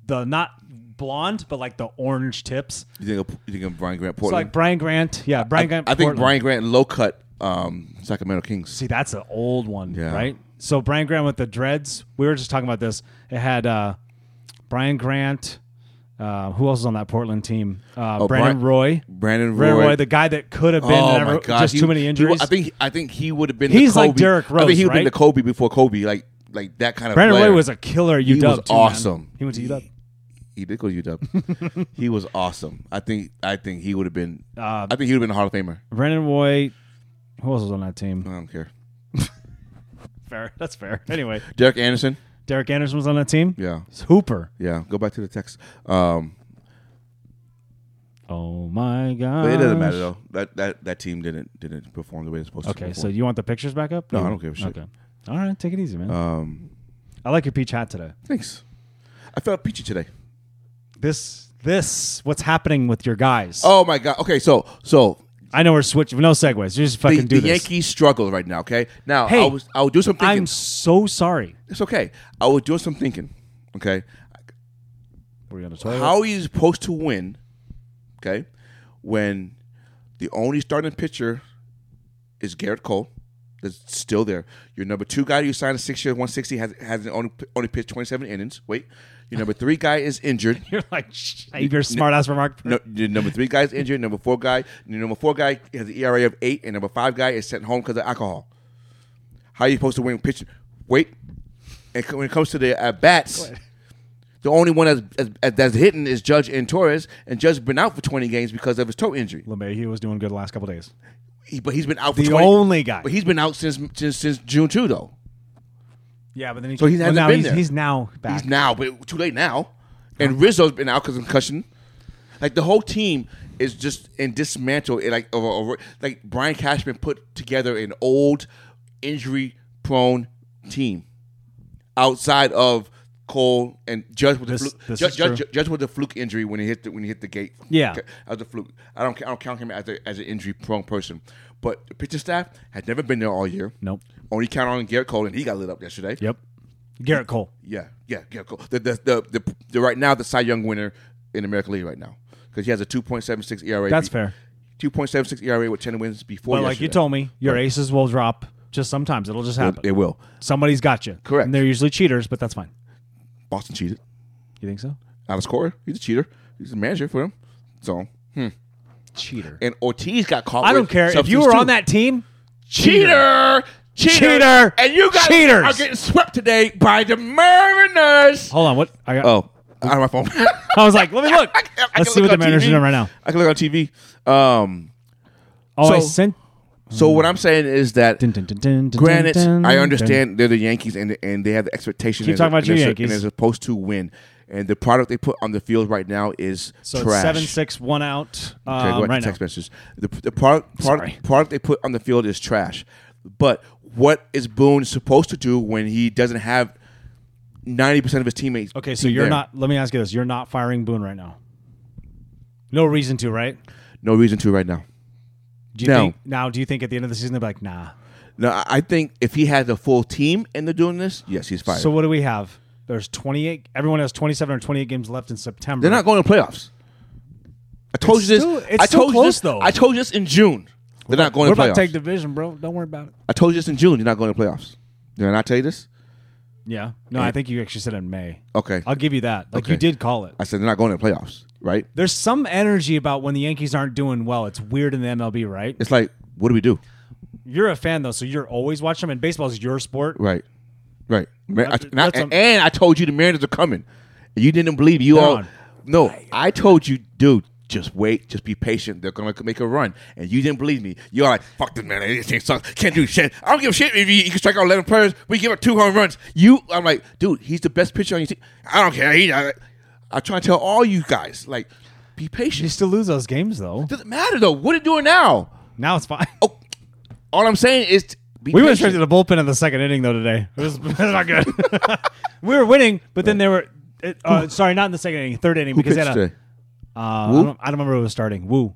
the not blonde but like the orange tips, You think of, you think of Brian Grant it's Portland? like Brian Grant. Yeah, Brian Grant. I think Portland. Brian Grant low cut um, Sacramento Kings. See, that's an old one, Yeah. right? So Brian Grant with the dreads. We were just talking about this. It had uh, Brian Grant. Uh, who else is on that Portland team? Uh, Oh, Brandon Brian- Roy. Brandon Brandon Roy. Roy, the guy that could have been. oh never- my god, Just He- too many he injuries. wa- I think I think he would have been. He's the Kobe. like Derrick I think Rose, he would have been right? the Kobe before Kobe, like like that kind of. Brandon player. Roy was a killer. at UW He was too, man. awesome. He went to UW. He did go to *laughs* UW. he was awesome. I think I think he would have been. Uh, I think he would have been a Hall of Famer. Brandon Roy. Who else was on that team? I don't care. Fair. *laughs* That's fair. Anyway, Derek Anderson. Derek Anderson was on that team. Yeah, It's Hooper. yeah. Go back to the text. Um, Oh my god. but it doesn't matter though. That that that team didn't didn't perform the way it's supposed to. Uh, Okay, so perform. you want the pictures back up? No, I don't give a shit. Okay. All right, take it easy, man. um, I like your peach hat today. thanks. I felt peachy today. This this what's happening with your guys. Oh my god. Okay, so so I know we're switching. No segues. You the, just fucking do the this. Yankees struggle right now. Okay, now Hey, I was I would do some thinking. I'm so sorry. it's okay. I was doing some thinking. Okay, Were you on the toilet? how are you supposed to win? Okay, when the only starting pitcher is Garrett Cole, that's still there. Your number two guy you signed a six year one sixty has has only only pitched twenty seven innings. Wait, your number three guy is injured. *laughs* You're like *laughs* save your smart ass remark. No, your number three guy is injured. Number four guy, your number four guy has an ERA of eight, and number five guy is sent home because of alcohol. How are you supposed to win pitch? Wait, and c- when it comes to the at bats, the only one that's, that's- that's hitting is Judge and Torres, and Judge has been out for twenty games because of his toe injury. LeMahieu was doing good the last couple days. He, but he's been out for The 20, only guy. But he's been out since since, since June two though. yeah, but then he So he hasn't now been he's, there. he's now back. He's now, but too late now. And Rizzo's been out because of concussion. Like the whole team is just in dismantle. It like over, over, like Brian Cashman put together an old, injury prone team outside of Cole and Judge with the This- fluke. this Judge, is Judge, true. Judge with the fluke injury when he hit the when he hit the gate. Yeah. as a fluke. I don't I don't count him as a, as an injury prone person. But the pitching staff had never been there all year. Nope. Only count on Garrett Cole and he got lit up yesterday. Yep. Garrett Cole. Yeah, yeah, yeah. Cool. The, the, the, the, the right now the Cy Young winner in the American League right now because he has a two point seven six ERA. That's fair. Two point seven six ERA with ten wins before. But like you yesterday. told me, your aces will drop. Just sometimes it'll just happen. it will. Somebody's got you. Correct. And they're usually cheaters, but that's fine. Boston cheated. You think so? Out of scorer. He's a cheater. He's a manager for him. So Cheater. and Ortiz got caught. I don't with care. If you substance were too. on that team, cheater. Cheater, Cheater. and you guys Cheaters. are getting swept today by the Mariners. hold on. What? I, got, Oh, out of my phone. *laughs* I was like, let me look. I can- I Let's can see look what the on Mariners are TV. doing right now. I can look on TV. Um, Oh, I So- sent. so Hmm. what I'm saying is that Dun, dun, dun, dun, dun, Granted, dun, I dun. understand they're the Yankees and and they have the expectation. Keep and talking about they're- and you, they're- Yankees. And they're supposed to win. And the product they put on the field right now is So it's trash. seven six one out. Okay, Um, go back right to now. text messages. The, the product Sorry. product, product they put on the field is trash. But what is Boone supposed to do when he doesn't have ninety percent of his teammates? Okay, so team you're there? not. Let me ask you this: You're not firing Boone right now. No reason to, right? no reason to right now. Do you No. Think, now, do you think at the end of the season they'll be like, nah? No, I- I think if he has a full team and they're doing this, yes, he's fired. So what do we have? There's 28. Everyone has 27 or 28 games left in September. They're not going to playoffs. I told It's you this. still- it's I still told you close, this, though. I told you this in June. They're not going We're to about playoffs. to take division, bro. Don't worry about it. I told you this in June. You're not going to playoffs. Did I not tell you this? Yeah. No, I think you actually said in May. Okay. I'll give you that. Like you Okay. did call it. I said they're not going to the playoffs, right? There's some energy about when the Yankees aren't doing well. It's weird in the MLB, right? It's like, what do we do? You're a fan though, so you're always watching them. And baseball is your sport. Right. Right. Ma- I- That's- and, I, that's and, a- I told you the Mariners are coming. You didn't believe you They're all. on. No, I told you, dude. Just wait. Just be patient. They're gonna make a run, and you didn't believe me. You're like, "Fuck this man. This team sucks. Can't do shit. I don't give a shit if you, you can strike out 11 players. We give up two home runs. You, I'm like, dude, he's the best pitcher on your team. I don't care. He, I, I'm trying to tell all you guys, like, be You patient. still lose those games though. Doesn't matter though. What are you doing now? Now *laughs* it's fine. Oh, all I'm saying is, t- be We went patient. straight to the bullpen in the second inning though today. It was, *laughs* it was not good. we were winning, but then they were. It, uh, sorry, not in the second inning, third inning Who because they had pitched a. today? Uh, I, don't, I don't remember who was starting. Woo.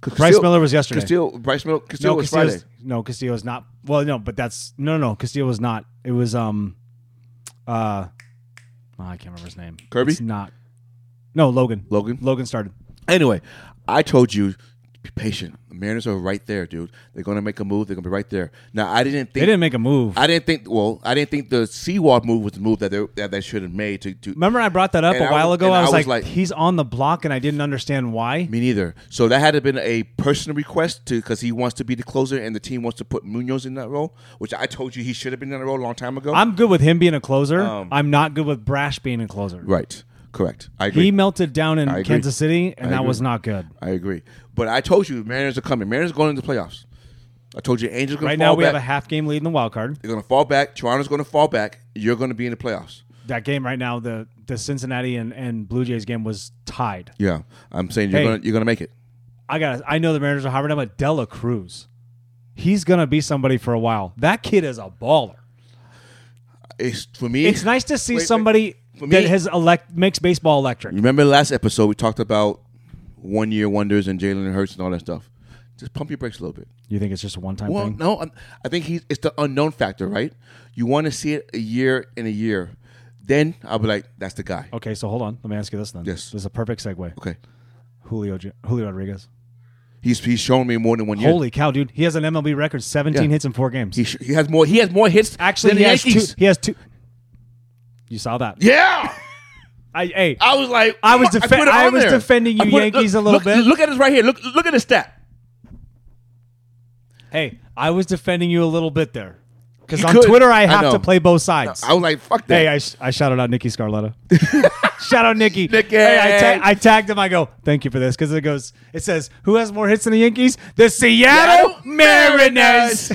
Bryce Castillo- Miller was yesterday. Castillo, Bryce Miller, Castillo was Castillo's- Friday. No, Castillo's not. Well, no, but that's no, no, no. Castillo was not. It was um, uh, oh, I can't remember his name. Kirby? It's not. No, Logan. Logan? Logan started. Anyway, I told you, be patient. The Mariners are right there, dude. They're going to make a move. They're going to be right there. Now, I didn't They think. didn't make a move. I didn't think. Well, I didn't think the Seawalk move was the move that they, that they should have made. To, to remember, I brought that up And a I while was- ago. and I I was, was like, like- he's on the block, and I didn't understand why. me neither. So that had to been a personal request to because he wants to be the closer and the team wants to put Munoz in that role, which I told you he should have been in that role a long time ago. I'm good with him being a closer. I'm not good with Brash being a closer. Um, right. Correct. I agree. He melted down in agree. Kansas City, and that agree. was not good. I agree. But I told you, Mariners are coming. Mariners are going into the playoffs. I told you, Angels. Gonna Right fall now, we back. have a half game lead in the wild card. They're going to fall back. Toronto's going to fall back. You're going to be in the playoffs. That game right now, the the Cincinnati and, and Blue Jays game was tied. Yeah, I'm saying you're Hey. going to you're going to make it. I got. I know the Mariners are hiring him, but Dela Cruz, he's gonna be somebody for a while. That kid is a baller. It's for me. It's nice to see Wait, wait. somebody For that me- has elect makes baseball electric. Remember last episode we talked about one year wonders and Jalen Hurts and all that stuff. Just pump your brakes a little bit. You think it's just a one time Well, thing? no, I'm- I think he's it's the unknown factor, right? You want to see it a year in a year, then I'll be like, that's the guy. Okay, so hold on. Let me ask you this then. Yes. this is a perfect segue. Okay, Julio Ju- Julio Rodriguez. he's he's shown me more than one year. Holy cow, dude! He has an MLB record: seventeen Yeah. hits in four games. He, sh- he has more he has more hits Actually, than he the has Yankees. two. He has two. You saw that? Yeah. I, hey, I was like, I was put defe- it I on was there. defending you I put it- Yankees look- a little look- bit. Look at this right here. Look, look at the stat. hey, I was defending you a little bit there because You on could. Twitter I I have to know. play both sides. I was like, fuck that. Hey, I, sh- I shouted out *laughs* Nikki Scarletta. Shout out Nikki. Nikki. Hey, I, ta- I tagged him. I go, thank you for this because it goes. It says, who has more hits than the Yankees? The Seattle Seattle Mariners. Mariners.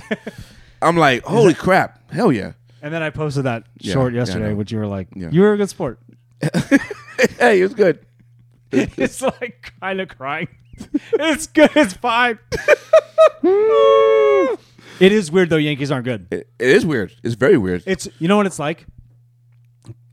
I'm like, holy crap. Hell yeah. *laughs* and then I posted that Yeah, short yeah, I yesterday, know. which you were like, Yeah. you were a *laughs* good sport. hey, it's good. it's like kind of crying. *laughs* it's good. *laughs* It's fine. *laughs* it is weird though. Yankees aren't good. It, it is weird. It's very weird. It's you know what it's like.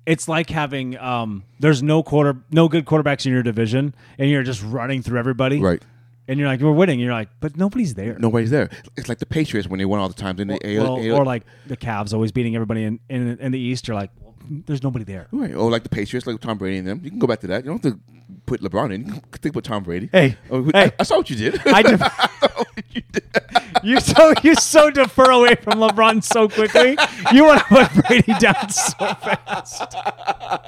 It's like having um, there's no quarter, no good quarterbacks in your division, and you're just running through everybody, right. And you're like, we're winning. And you're like, but nobody's there. Nobody's there. It's like the Patriots when they won all the times in the AL. Well, AL or like the Cavs always beating everybody in, in in the East. You're like, there's nobody there. Right. Or like the Patriots, like Tom Brady and them. You can go back to that. You don't have to put LeBron in. You can think about Tom Brady. Hey, Oh, who- hey. I, I saw what you did. *laughs* *laughs* I def- you so *laughs* you so defer away from LeBron so quickly. You want to put Brady down so fast. *laughs*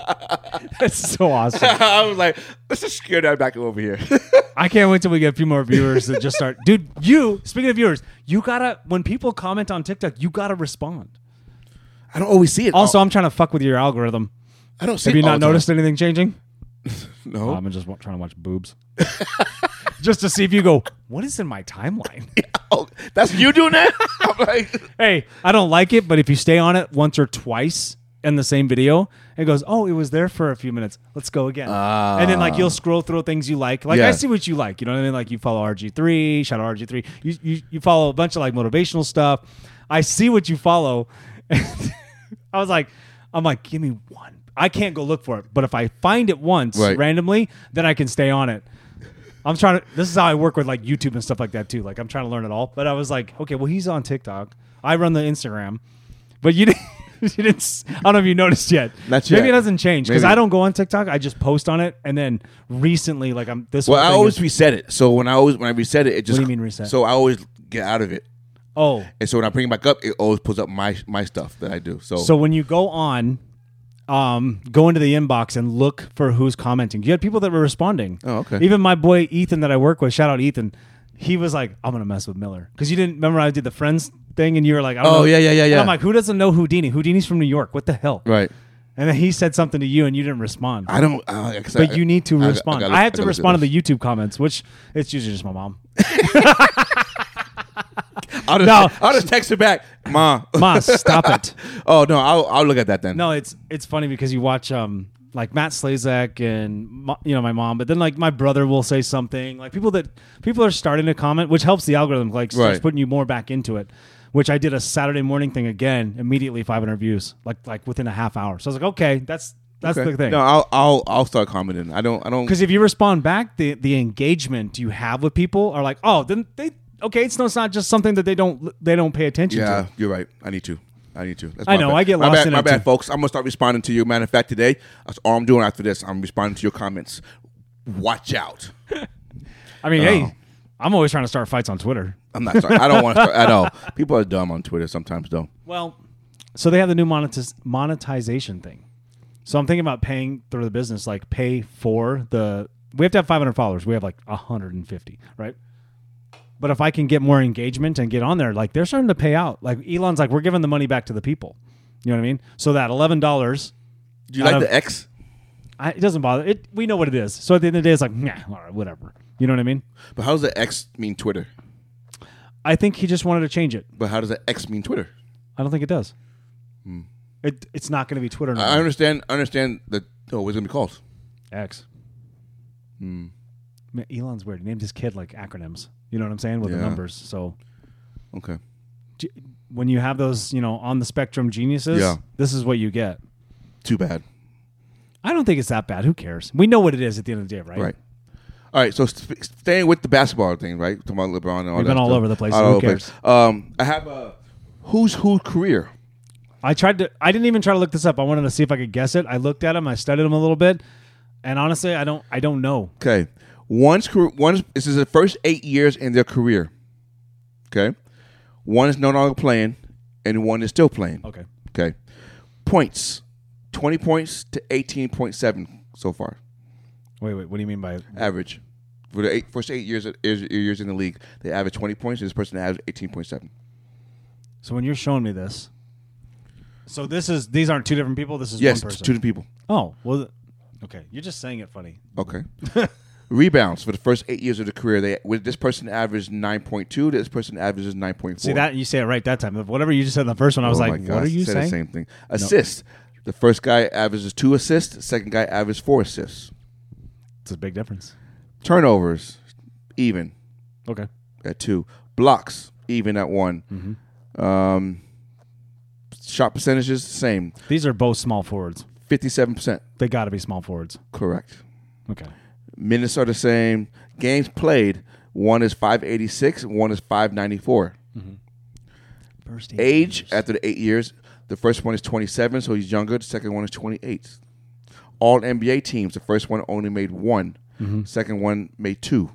That's so awesome. I was like, let's just scare that back over here. *laughs* I can't wait till we get a few more viewers that just start. Dude, you speaking of viewers, you gotta when people comment on TikTok, you gotta respond. I don't always see it. Also, I'm trying to fuck with your algorithm. I don't see Have it you all not the time. noticed Oh, anything changing? No. I'm just wa- trying to watch boobs, *laughs* just to see if you go. What is in my timeline? *laughs* oh, that's you doing that? *laughs* I'm like, hey, I don't like it, but if you stay on it once or twice in the same video, it goes, oh, it was there for a few minutes. Let's go again. and then like you'll scroll through things you like. Like I Yeah. see what you like. You know what I mean? Like you follow RG3, shout out RG3. You, you you follow a bunch of like motivational stuff. I see what you follow. *laughs* I was like, I'm like, give me one. I can't go look for it, but if I find it once Right. randomly, then I can stay on it. I'm trying to. This is how I work with like YouTube and stuff like that too. Like I'm trying to learn it all. But I was like, okay, well he's on TikTok. I run the Instagram, but you *laughs* didn't. You didn't. s- I don't know if you noticed yet. Not Maybe yet. it doesn't change because Maybe. I don't go on TikTok. I just post on it, and then recently, like I'm this. Well, whole I thing always is- reset it. So when I always when I reset it, it just do you mean reset? So I always get out of it. Oh, And so when I bring it back up, it always pulls up my my stuff that I do. So, so when you go on, um, go into the inbox and look for who's commenting. You had people that were responding. Oh, okay. Even my boy Ethan that I work with, shout out Ethan. He was like, "I'm gonna mess with Miller," because you didn't remember I did the Friends thing, and you were like, I don't Oh, know. yeah, yeah, yeah, And yeah. I'm like, "Who doesn't know Houdini? Houdini's from New York. What the hell?" right, And then he said something to you, and you didn't respond. I don't. Uh, 'cause but I- you need to I- I respond. I, gotta- have to gotta respond to look the YouTube comments, which it's usually just my mom. at those. *laughs* I'll just, No. I'll just text her back, Ma. Ma, stop it. *laughs* oh no, I'll I'll look at that then. No, it's it's funny because you watch um like Matt Slazak and mo- you know my mom, but then like my brother will say something like people that people are starting to comment, which helps the algorithm like starts Right. putting you more back into it. Which I did a Saturday morning thing again, immediately 500 views, like like within a half hour. So I was like, okay, that's that's Okay. the thing. No, I'll I'll I'll start commenting. I don't I don't. Because if you respond back, the the engagement you have with people are like, oh, then they okay, it's no, it's not just something that they don't they don't pay attention Yeah, to. you're right. I need to. I need to. That's I my know, bad. I get my lost bad, in my it bad, too. folks. I'm gonna start responding to you. Matter of fact, today that's all I'm doing after this. I'm responding to your comments. Watch out. I mean, Oh. hey, I'm always trying to start fights on Twitter. I'm not sorry. I don't want to start at *laughs* all. People are dumb on Twitter sometimes, though. Well, so they have the new monetiz- monetization thing. So I'm thinking about paying through the business, like pay for the. We have to have 500 followers. We have like 150, right? But if I can get more engagement and get on there, like they're starting to pay out. Like Elon's like, we're giving the money back to the people. You know what I mean? So that eleven dollars, Do you I like don't- the X? it doesn't bother. It we know what it is. So at the end of the day, it's like, nah, all right, whatever. You know what I mean? But how does the X mean Twitter? I think he just wanted to change it. But how does the X mean Twitter? I don't think it does. It, it's not going to be Twitter. no I more. understand. I understand the oh, what's it gonna be called? X. Hmm. Man, Elon's weird. He named his kid like acronyms. You know what I'm saying with the Yeah. numbers. So Okay. g- when you have those, you know, on the spectrum geniuses, Yeah. this is what you get. Too bad. I don't think it's that bad. Who cares? We know what it is at the end of the day, right? Right. All right. So sp- staying with the basketball thing, right? Talking about LeBron and all We've that. been all stuff. over the place, All who over the place. Um, I have a who's who career. I tried to. I didn't even try to look this up. I wanted to see if I could guess it. I looked at him. I studied him a little bit, and honestly, I don't. I don't know. Okay. One's career. One's this is the first eight years in their career. Okay. One is no longer playing, and one is still playing. Okay. Okay. Points. Twenty points to eighteen point seven so far. Wait, wait. What do you mean by? Average. For the eight, first eight years, years years in the league, they average twenty points. This person averaged eighteen point seven. So when you're showing me this, so this is these aren't two different people. This is Yes, one person. two people. Oh well. th- Okay, you're just saying it funny. Okay. *laughs* Rebounds for the first eight years of the career, they with this person averaged nine point two. This person averages nine point four. See that you say it right that time. Whatever you just said in the first one, I was Oh my like, gosh, "What are you said The saying?" same thing. Assists. The first guy averages two assists. The second guy averages four assists. It's a big difference. Turnovers, even Okay, at two. Blocks, even at one. Mm-hmm. Um, shot percentages, same. these are both small forwards. Fifty-seven percent, They got to be small forwards. correct. Okay, Minutes are the same. Games played. One is five eighty-six. One is five ninety-four. first age after the eight years. The first one is 27, so he's younger. The second one is 28. All NBA teams. The first one only made one. Mm-hmm. Second one made two.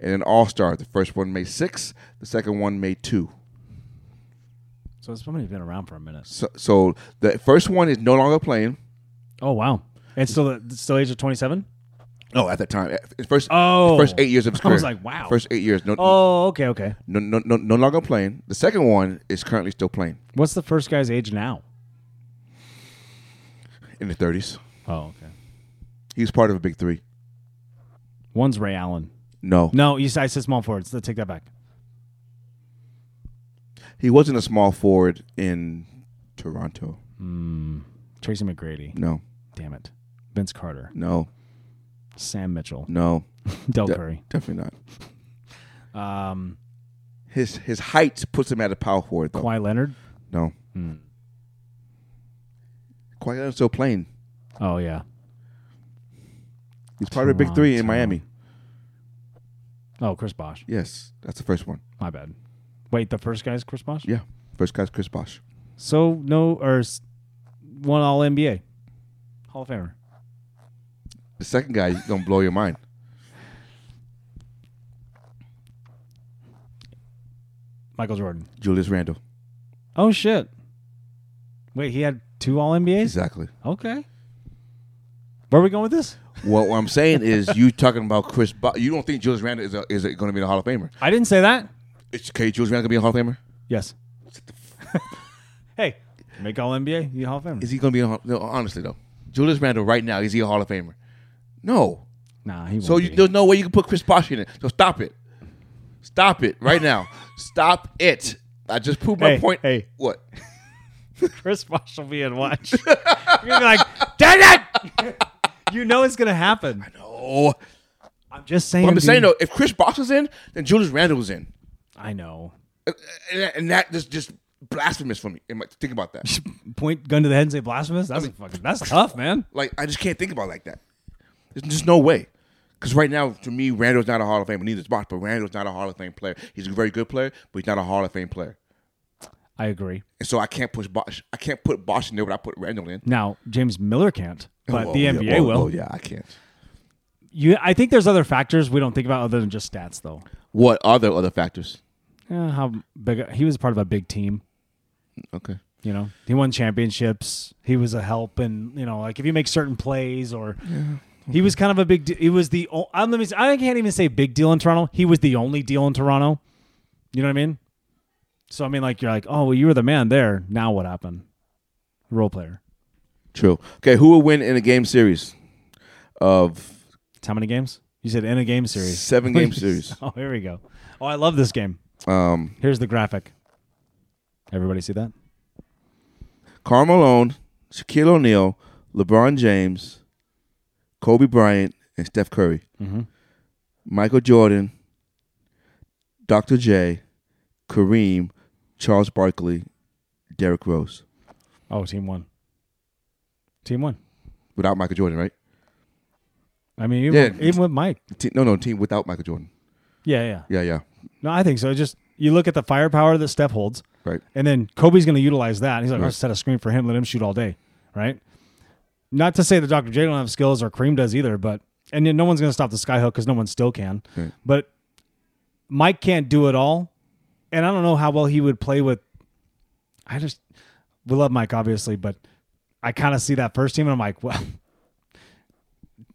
And an All Star. The first one made six. The second one made two. So it's somebody's been around for a minute. So, so the first one is no longer playing. Oh wow, and still still age of twenty seven. No, Oh, at that time, At the first Oh. the first eight years of his *laughs* I career. was like, wow. First eight years, no, Oh okay okay. no, no, no, no longer playing. The second one is currently still playing What's the first guy's age now? in the 30s. Oh okay. He's part of a big three. One's Ray Allen. No, No, you said I said small forwards. Let's take that back. he wasn't a small forward in Toronto. Hmm. Tracy McGrady. No, Damn it. Vince Carter. no, Sam Mitchell. *laughs* no, Del de- Curry. definitely not. Um, His his height puts him at a power forward though. Kawhi Leonard. No, Hmm. Kawhi Leonard's still playing. Oh yeah. He's part of the big three in Toronto. Miami. Oh, Chris Bosh. Yes, that's the first one. My bad. Wait, the first guy's Chris Bosh? Yeah, first guy's Chris Bosh. So no, or s- one All NBA, Hall of Famer. The second guy is gonna blow your mind. Michael Jordan. Julius Randle. Oh shit. Wait, he had two All NBAs. Exactly. Okay. Where are we going with this? Well, what I'm saying is, you talking about Chris. Bo- you don't think Julius Randle is a, is going to be in the Hall of Famer? I didn't say that. It's, okay, Julius Randle going to be in the Hall of Famer. Yes. *laughs* hey, make All NBA. You Hall of Famer. Is he going to be in the Hall? No, honestly though, Julius Randle right now is he a Hall of Famer? No. nah, he won't. So you, be. there's no way you can put Chris Bosh in it. So stop it. Stop it right *laughs* now. stop it. I just proved my Hey, point. hey. What? Chris Bosh will be in watch. *laughs* You're gonna be like, *laughs* damn it! you know it's gonna happen. Oh, I'm just saying. I'm just saying dude. though, if Chris Bosh was in, then Julius Randle was in, I know. and, and that is just blasphemous for me. Am I- Think about *laughs* that. Point gun to the head and say blasphemous. That's a fucking. That's tough, man. Like I just can't think about it like that. There's just no way. Because right now, to me, Randall's not a Hall of Fame. Neither is Bosh, but Randall's not a Hall of Fame player. He's a very good player, but he's not a Hall of Fame player. I agree. And so I can't push Bosh. I can't put Bosh in there without put Randall in. Now James Miller can't, but Oh, Well, the yeah, NBA well, will. well, yeah, I can't. You, I think there's other factors we don't think about other than just stats, though. What are the other factors? Eh, how big he was part of a big team. Okay. You know, he won championships. He was a help, and you know, like if you make certain plays or. He was kind of a big. De- he was the. o- I'm, let me. I can't even say big deal in Toronto. He was the only deal in Toronto. You know what I mean? So I mean, like you're like, oh, well, you were the man there. Now what happened? Role player. True. Okay, who will win in a game series of It's how many games? You said in a game *laughs* series. seven game series? Oh, here we go. Oh, I love this game. Um, Here's the graphic. Everybody see that? Karl Malone, Shaquille O'Neal, LeBron James, Kobe Bryant, and Steph Curry. Mhm. Michael Jordan, Dr. J, Kareem, Charles Barkley, Derrick Rose. Oh, team one. Team one. Without Michael Jordan, right? I mean, even, Yeah. with- even with Mike. Te- no, no, team without Michael Jordan. Yeah, yeah. Yeah, yeah, No, I think so. It's just you look at the firepower that Steph holds, right. and then Kobe's going to utilize that. He's like, Right. I'll set a screen for him, let him shoot all day, right? Not to say that Dr. J don't have skills or Kareem does either, but and then no one's going to stop the skyhook because no one still can. Right. But Mike can't do it all, and I don't know how well he would play with. I just we love Mike obviously, but I kind of see that first team, and I'm like, *laughs* well,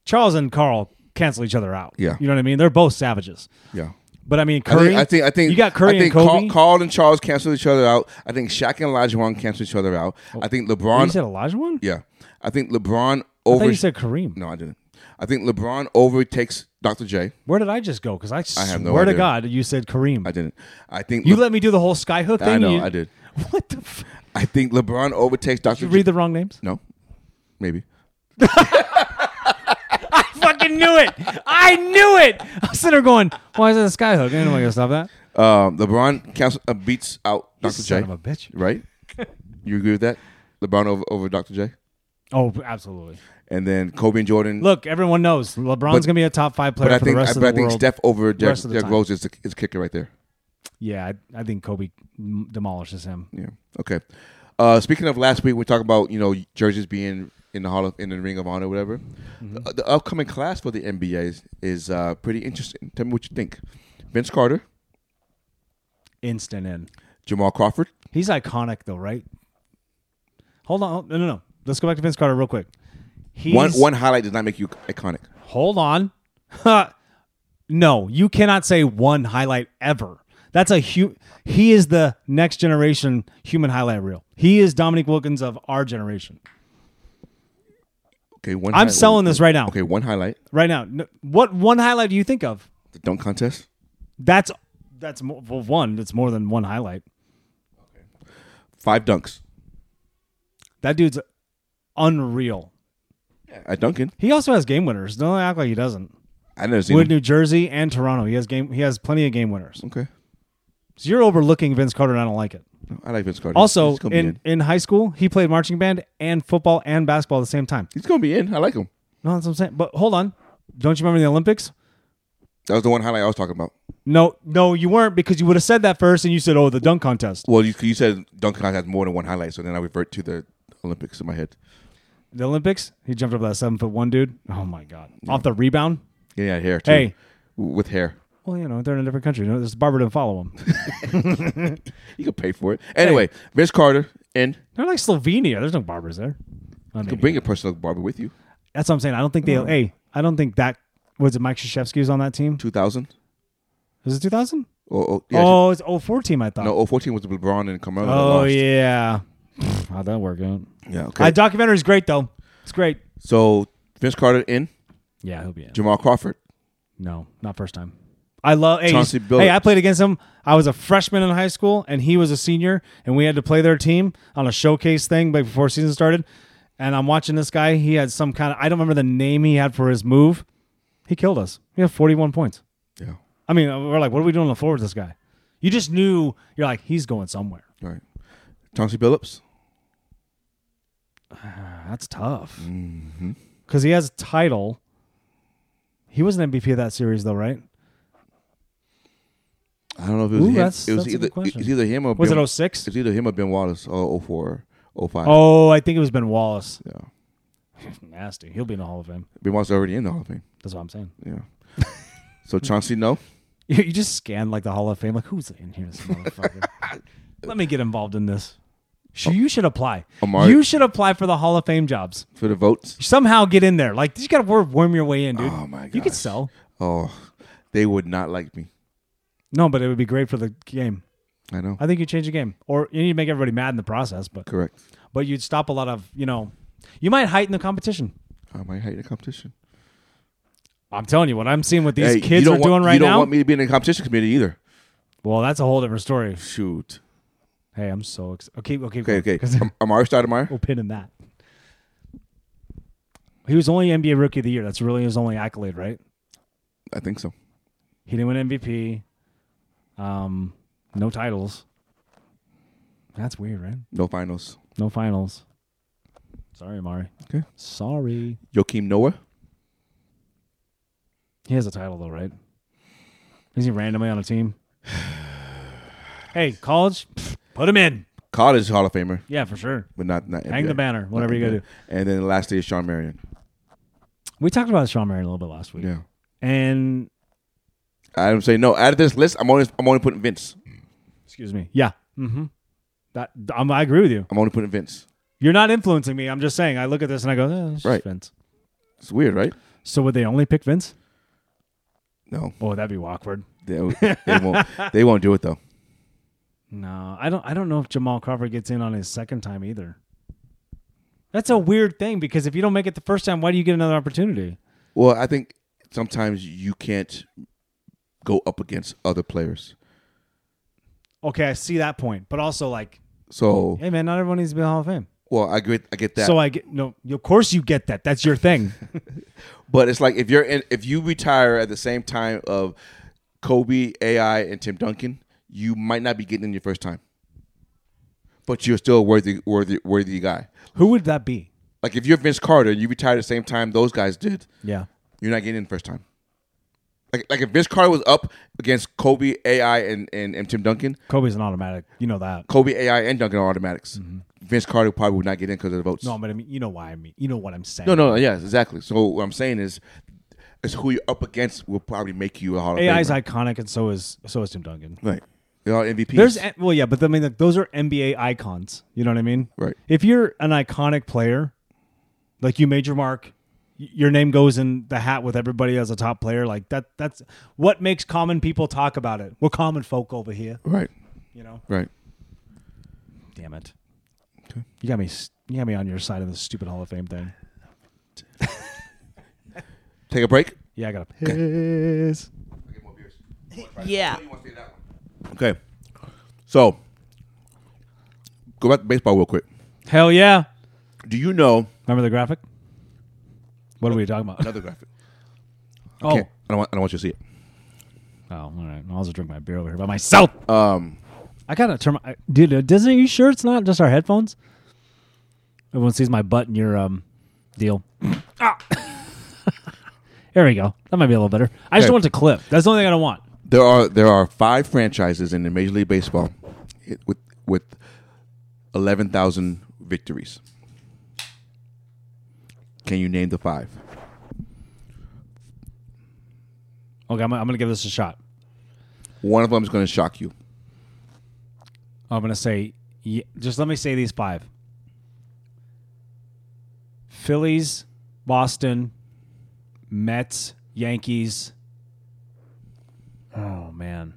Charles and Carl cancel each other out. Yeah. you know what I mean. They're both savages. Yeah. But I mean, I Curry. think, I think I think you got Curry I think and Carl, Kobe. Carl and Charles canceled each other out. I think Shaq and Olajuwon canceled each other out. I think Oh. you LeBron. said Elijah one. yeah, I think LeBron I thought over. you said Kareem. no, I didn't. I think LeBron overtakes Dr. J. Where did I just go? Because I, swear have no to idea. God, you said Kareem. I didn't. I think you Le- let me do the whole skyhook thing. I know You- I did. *laughs* What the? F- I think LeBron overtakes Dr. did you J. read the wrong *laughs* names? No, maybe. I fucking knew it. I knew *laughs* it. I was sitting there going, "Why is it a skyhook? Ain't nobody gonna stop that." Um, LeBron cancel, uh, beats out Dr. Son J. of a bitch. *laughs* Right? you agree with that? LeBron over, over Dr. J. Oh, absolutely. And then Kobe and Jordan. Look, everyone knows LeBron's gonna be a top five player but I for think the I, rest but I of the think world. Steph over Derrick rest of the Derrick time. Rose is the, is the kicker right there. yeah, I, I think Kobe m- demolishes him. Yeah. Okay. Uh, speaking of last week, we talked about you know jerseys being in the hall of in the ring of honor, or whatever. Mm-hmm. Uh, The, the upcoming class for the NBA is, is uh, pretty interesting. Tell me what you think. Vince Carter, Instant in. Jamal Crawford. He's iconic though, right? Hold on. oh, No, no, no. Let's go back to Vince Carter real quick. He's, One one highlight does not make you iconic. Hold on. no, you cannot say one highlight ever. That's a hu- he is the next generation human highlight reel. He is Dominic Wilkins of our generation. Okay, one. I'm highlight- selling this right now. Okay, one highlight. Right now. No- What one highlight do you think of? The dunk contest. That's that's more, well, one, that's more than one highlight. Five dunks. That dude's unreal. At Duncan, He also has game winners. Don't act like he doesn't. I never seen. With him. New Jersey and Toronto, he has game he has plenty of game winners. Okay, So you're overlooking Vince Carter and I don't like it. No, I like Vince Carter. Also, he's gonna be in, in. in high school, he played marching band and football and basketball at the same time. He's gonna be in. I like him. No, that's what I'm saying. But hold on. Don't you remember the Olympics? That was the one highlight I was talking about. No, no, you weren't because you would have said that first and you said, oh, the dunk contest. Well, you, you said dunk contest has more than one highlight, so then I revert to the Olympics in my head. The Olympics, he jumped up that seven foot one dude. Oh, my God. Off the rebound? Yeah, yeah, hair too. Hey. W- with hair. Well, you know, they're in a different country. You know, this barber didn't follow *laughs* them. You can pay for it. Anyway, Vince Carter and They're like Slovenia. There's no barbers there. I you mean, can bring a personal barber with you. that's what I'm saying. I don't think they. Hey, I don't think that was it. Mike Krzyzewski was on that team. Two thousand. Was it 2000? Oh, oh, yeah, oh, it's 04 team. I thought. no, 014 was LeBron and Carmelo. that oh lost. yeah. How'd that work out? yeah. Okay. Uh, documentary's great though. It's great. so Vince Carter in Yeah, he'll be in. Jamal Crawford. No, not first time. I love. Hey, Chauncey Billups. hey, I played against him. I was a freshman in high school, and he was a senior, and we had to play their team on a showcase thing like, before season started. And I'm watching this guy. He had some kind of I don't remember the name he had for his move. He killed us. He had 41 points. Yeah. I mean, we're like, what are we doing on the floor with this guy? You just knew. You're like, he's going somewhere. All right. Chauncey Billups. Ah, That's tough. Mm-hmm. Because he has a title. He was an MVP of that series, though, right? I don't know if it was Ooh, him. that's- it was that's a good either it question. was either him or Was ben, it 06? It's either him or oh, Ben Wallace or 04 05. Oh, I think it was Ben Wallace. *laughs* Yeah. Nasty. He'll be in the Hall of Fame. Ben Wallace already in the Hall of Fame. That's what I'm saying. *laughs* Yeah. so Chauncey, no. You, you just scan like the Hall of Fame. Like, who's in here? *laughs* This motherfucker. Let me get involved in this. Sh- You should apply. Amari- You should apply for the Hall of Fame jobs. for the *laughs* votes. Somehow get in there. Like, you got to worm your way in, dude. Oh my god. You could sell. Oh, they would not like me. No, but it would be great for the game. I know. I think you change the game, or you need to make everybody mad in the process. But Correct. but you'd stop a lot of you know, you might heighten the competition. I might hate the competition. I'm telling you, what I'm seeing what these Hey, you kids are don't want- doing You right don't now. want me to be in the competition committee either. well, that's a whole different story. Shoot. Hey, I'm so oh, excited. Okay, okay, Okay, okay. *laughs* 'cause Am- Amari Stoudemire. we'll pin in that. He was only NBA Rookie of the Year. That's really his only accolade, right? I think so. He didn't win MVP. Um, no titles. That's weird, right? No finals. No finals. Sorry, Amari. Okay. Sorry. Joakim Noah. He has a title though, right? Is he randomly on a team? *sighs* hey, college, pff, put him in. College Hall of Famer, Yeah, for sure. but not not. Hang the banner, whatever you gotta do. And then the last day is Sean Marion. We talked about Sean Marion a little bit last week, Yeah. and I don't say no. Out of this list, I'm only I'm only putting Vince. excuse me, yeah, mm-hmm. That I'm, I agree with you. I'm only putting Vince. You're not influencing me. I'm just saying. I look at this and I go, eh, it's just Right. Vince. It's weird, right? So would they only pick Vince? No, Oh, that'd be awkward. they, they *laughs* won't. They won't do it though. No, I don't. I don't know if Jamal Crawford gets in on his second time either. That's a weird thing because if you don't make it the first time, why do you get another opportunity? Well, I think sometimes you can't go up against other players. Okay, I see that point, but also like So, Hey man, not everyone needs to be in the Hall of Fame. well, I get I get that. So I get no. Of course you get that. That's your *laughs* thing. but it's like if you're in, if you retire at the same time of Kobe, AI, and Tim Duncan, you might not be getting in your first time. But you're still a worthy, worthy, worthy guy. Who would that be? Like if you're Vince Carter and you retire at the same time those guys did, Yeah. you're not getting in first time. Like like if Vince Carter was up against Kobe, AI, and and, and Tim Duncan, Kobe's an automatic. You know that. Kobe, AI, and Duncan are automatics. Vince Carter probably would not get in because of the votes. Mm-hmm. No, but I mean, you know why I mean. You know what I'm saying. no, no, yes, exactly. So what I'm saying is, is who you're up against will probably make you a Hall of AI is Famer. iconic, and so is so is Tim Duncan. right. They're all MVPs. There's eh, well, yeah, but I mean, like, those are NBA icons. You know what I mean? Right. If you're an iconic player, like you made your mark, y- your name goes in the hat with everybody as a top player. Like that. That's what makes common people talk about it. We're common folk over here. right, You know. right. Damn it. You got me. s- You got me on your side of this stupid Hall of Fame thing. Take a break. Yeah, I got to piss. Yeah. Okay. So go back to baseball real quick. Hell yeah! Do you know Remember the graphic? What are we talking about? another graphic? Oh, Can't- I don't want. I don't want you to see it. oh, all right. I'll just drink my beer over here by myself. Um, I gotta turn my I- dude. uh, Disney, you sure it's not just our headphones? Everyone sees my butt in your um *coughs* deal. ah. *laughs* there we go. That might be a little better. I just Okay. want to clip. That's the only thing I don't want. there are there are five franchises in the Major League Baseball hit with with eleven thousand victories. Can you name the five? Okay, I'm, gonna- I'm gonna give this a shot. One of them is going to shock you. I'm gonna say, ye- just let me say these five: Phillies, Boston, Mets, Yankees. Oh man,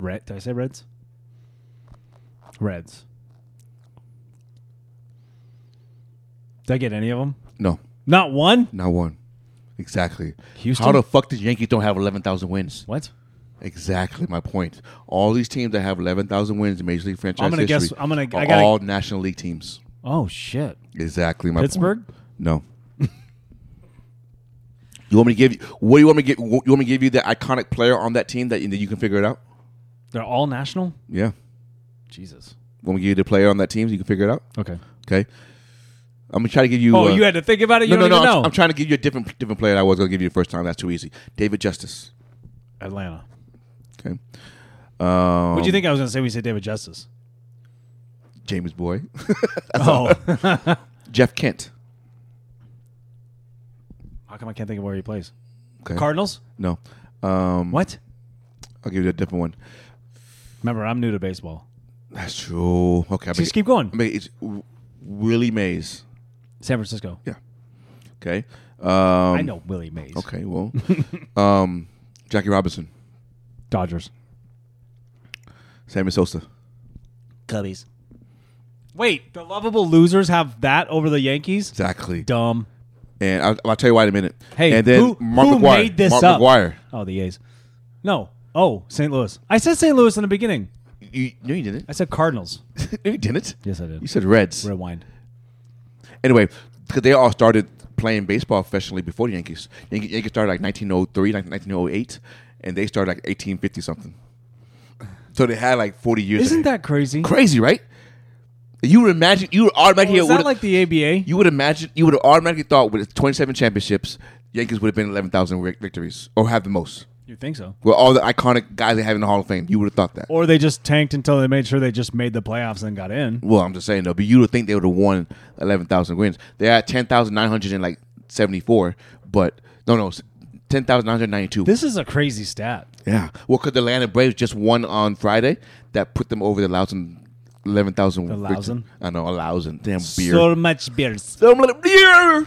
red. Did I say Reds? Reds. Did I get any of them? No, Not one. not one. Exactly. Houston? How the fuck did Yankees don't have eleven thousand wins? What? Exactly my point. All these teams that have eleven thousand wins in Major League franchise I'm gonna guess- history I'm gonna- I are gotta- all National League teams. Oh shit! Exactly my point. Pittsburgh? No. *laughs* you want me to give you? What do you want me to give? You want me to give you the iconic player on that team that you, that you can figure it out? They're all national. Yeah. Jesus. Want me to give you the player on that team so you can figure it out? Okay. Okay. I'm gonna try to give you. Oh, uh, you had to think about it. You no, no, don't no. even I'm, know. I'm trying to give you a different different player. That I was gonna give you the first time. That's too easy. David Justice. Atlanta. Okay. Um, What do you think I was gonna say? when you said David Justice. James Boy. *laughs* Oh, Jeff Kent. how come I can't think of where he plays? Okay. Cardinals. no. Um, What? I'll give you a different one. Remember, I'm new to baseball. That's true. Okay. I'm Just keep going. gonna- it's Willie Mays. San Francisco. Yeah. Okay. Um, I know Willie Mays. Okay. Well, *laughs* um, Jackie Robinson, Dodgers. Sammy Sosa. Cubbies. Wait, the lovable losers have that over the Yankees? Exactly. Dumb. And I'll, I'll tell you why in a minute. Hey, and then who, Mark who McGuire. made this Mark up? McGuire. Oh, the A's. No. Oh, St. Louis. I said St. Louis in the beginning. You, no, you didn't. *laughs* I said Cardinals. no, you didn't. Yes, *laughs* I You did. said Reds. Rewind. Anyway, because they all started playing baseball professionally before the Yankees. Yankees, Yankees started like 1903, like 1908, and they started like 1850 something. So they had like 40 years. Isn't ahead. that crazy? Oh, crazy, right? You would imagine. You would automatically. Is would've- that like the ABA? you would imagine you would have automatically thought with 27 championships, Yankees would have been 11,000 vic- victories or have the most. You think so? With all the iconic guys they have in the Hall of Fame, you would have thought that. Or they just tanked until they made sure they just made the playoffs and got in. Well, I'm just saying though, but you would think they would have won 11,000 wins. They had 10,974, but no, no, 10,992. This is a crazy stat. yeah. Well, because the Atlanta Braves just won on Friday, that put them over the 1,000. 11,000. The victories. 1,000? I know, 1,000. Damn beer. much beers. So I'm like, beer!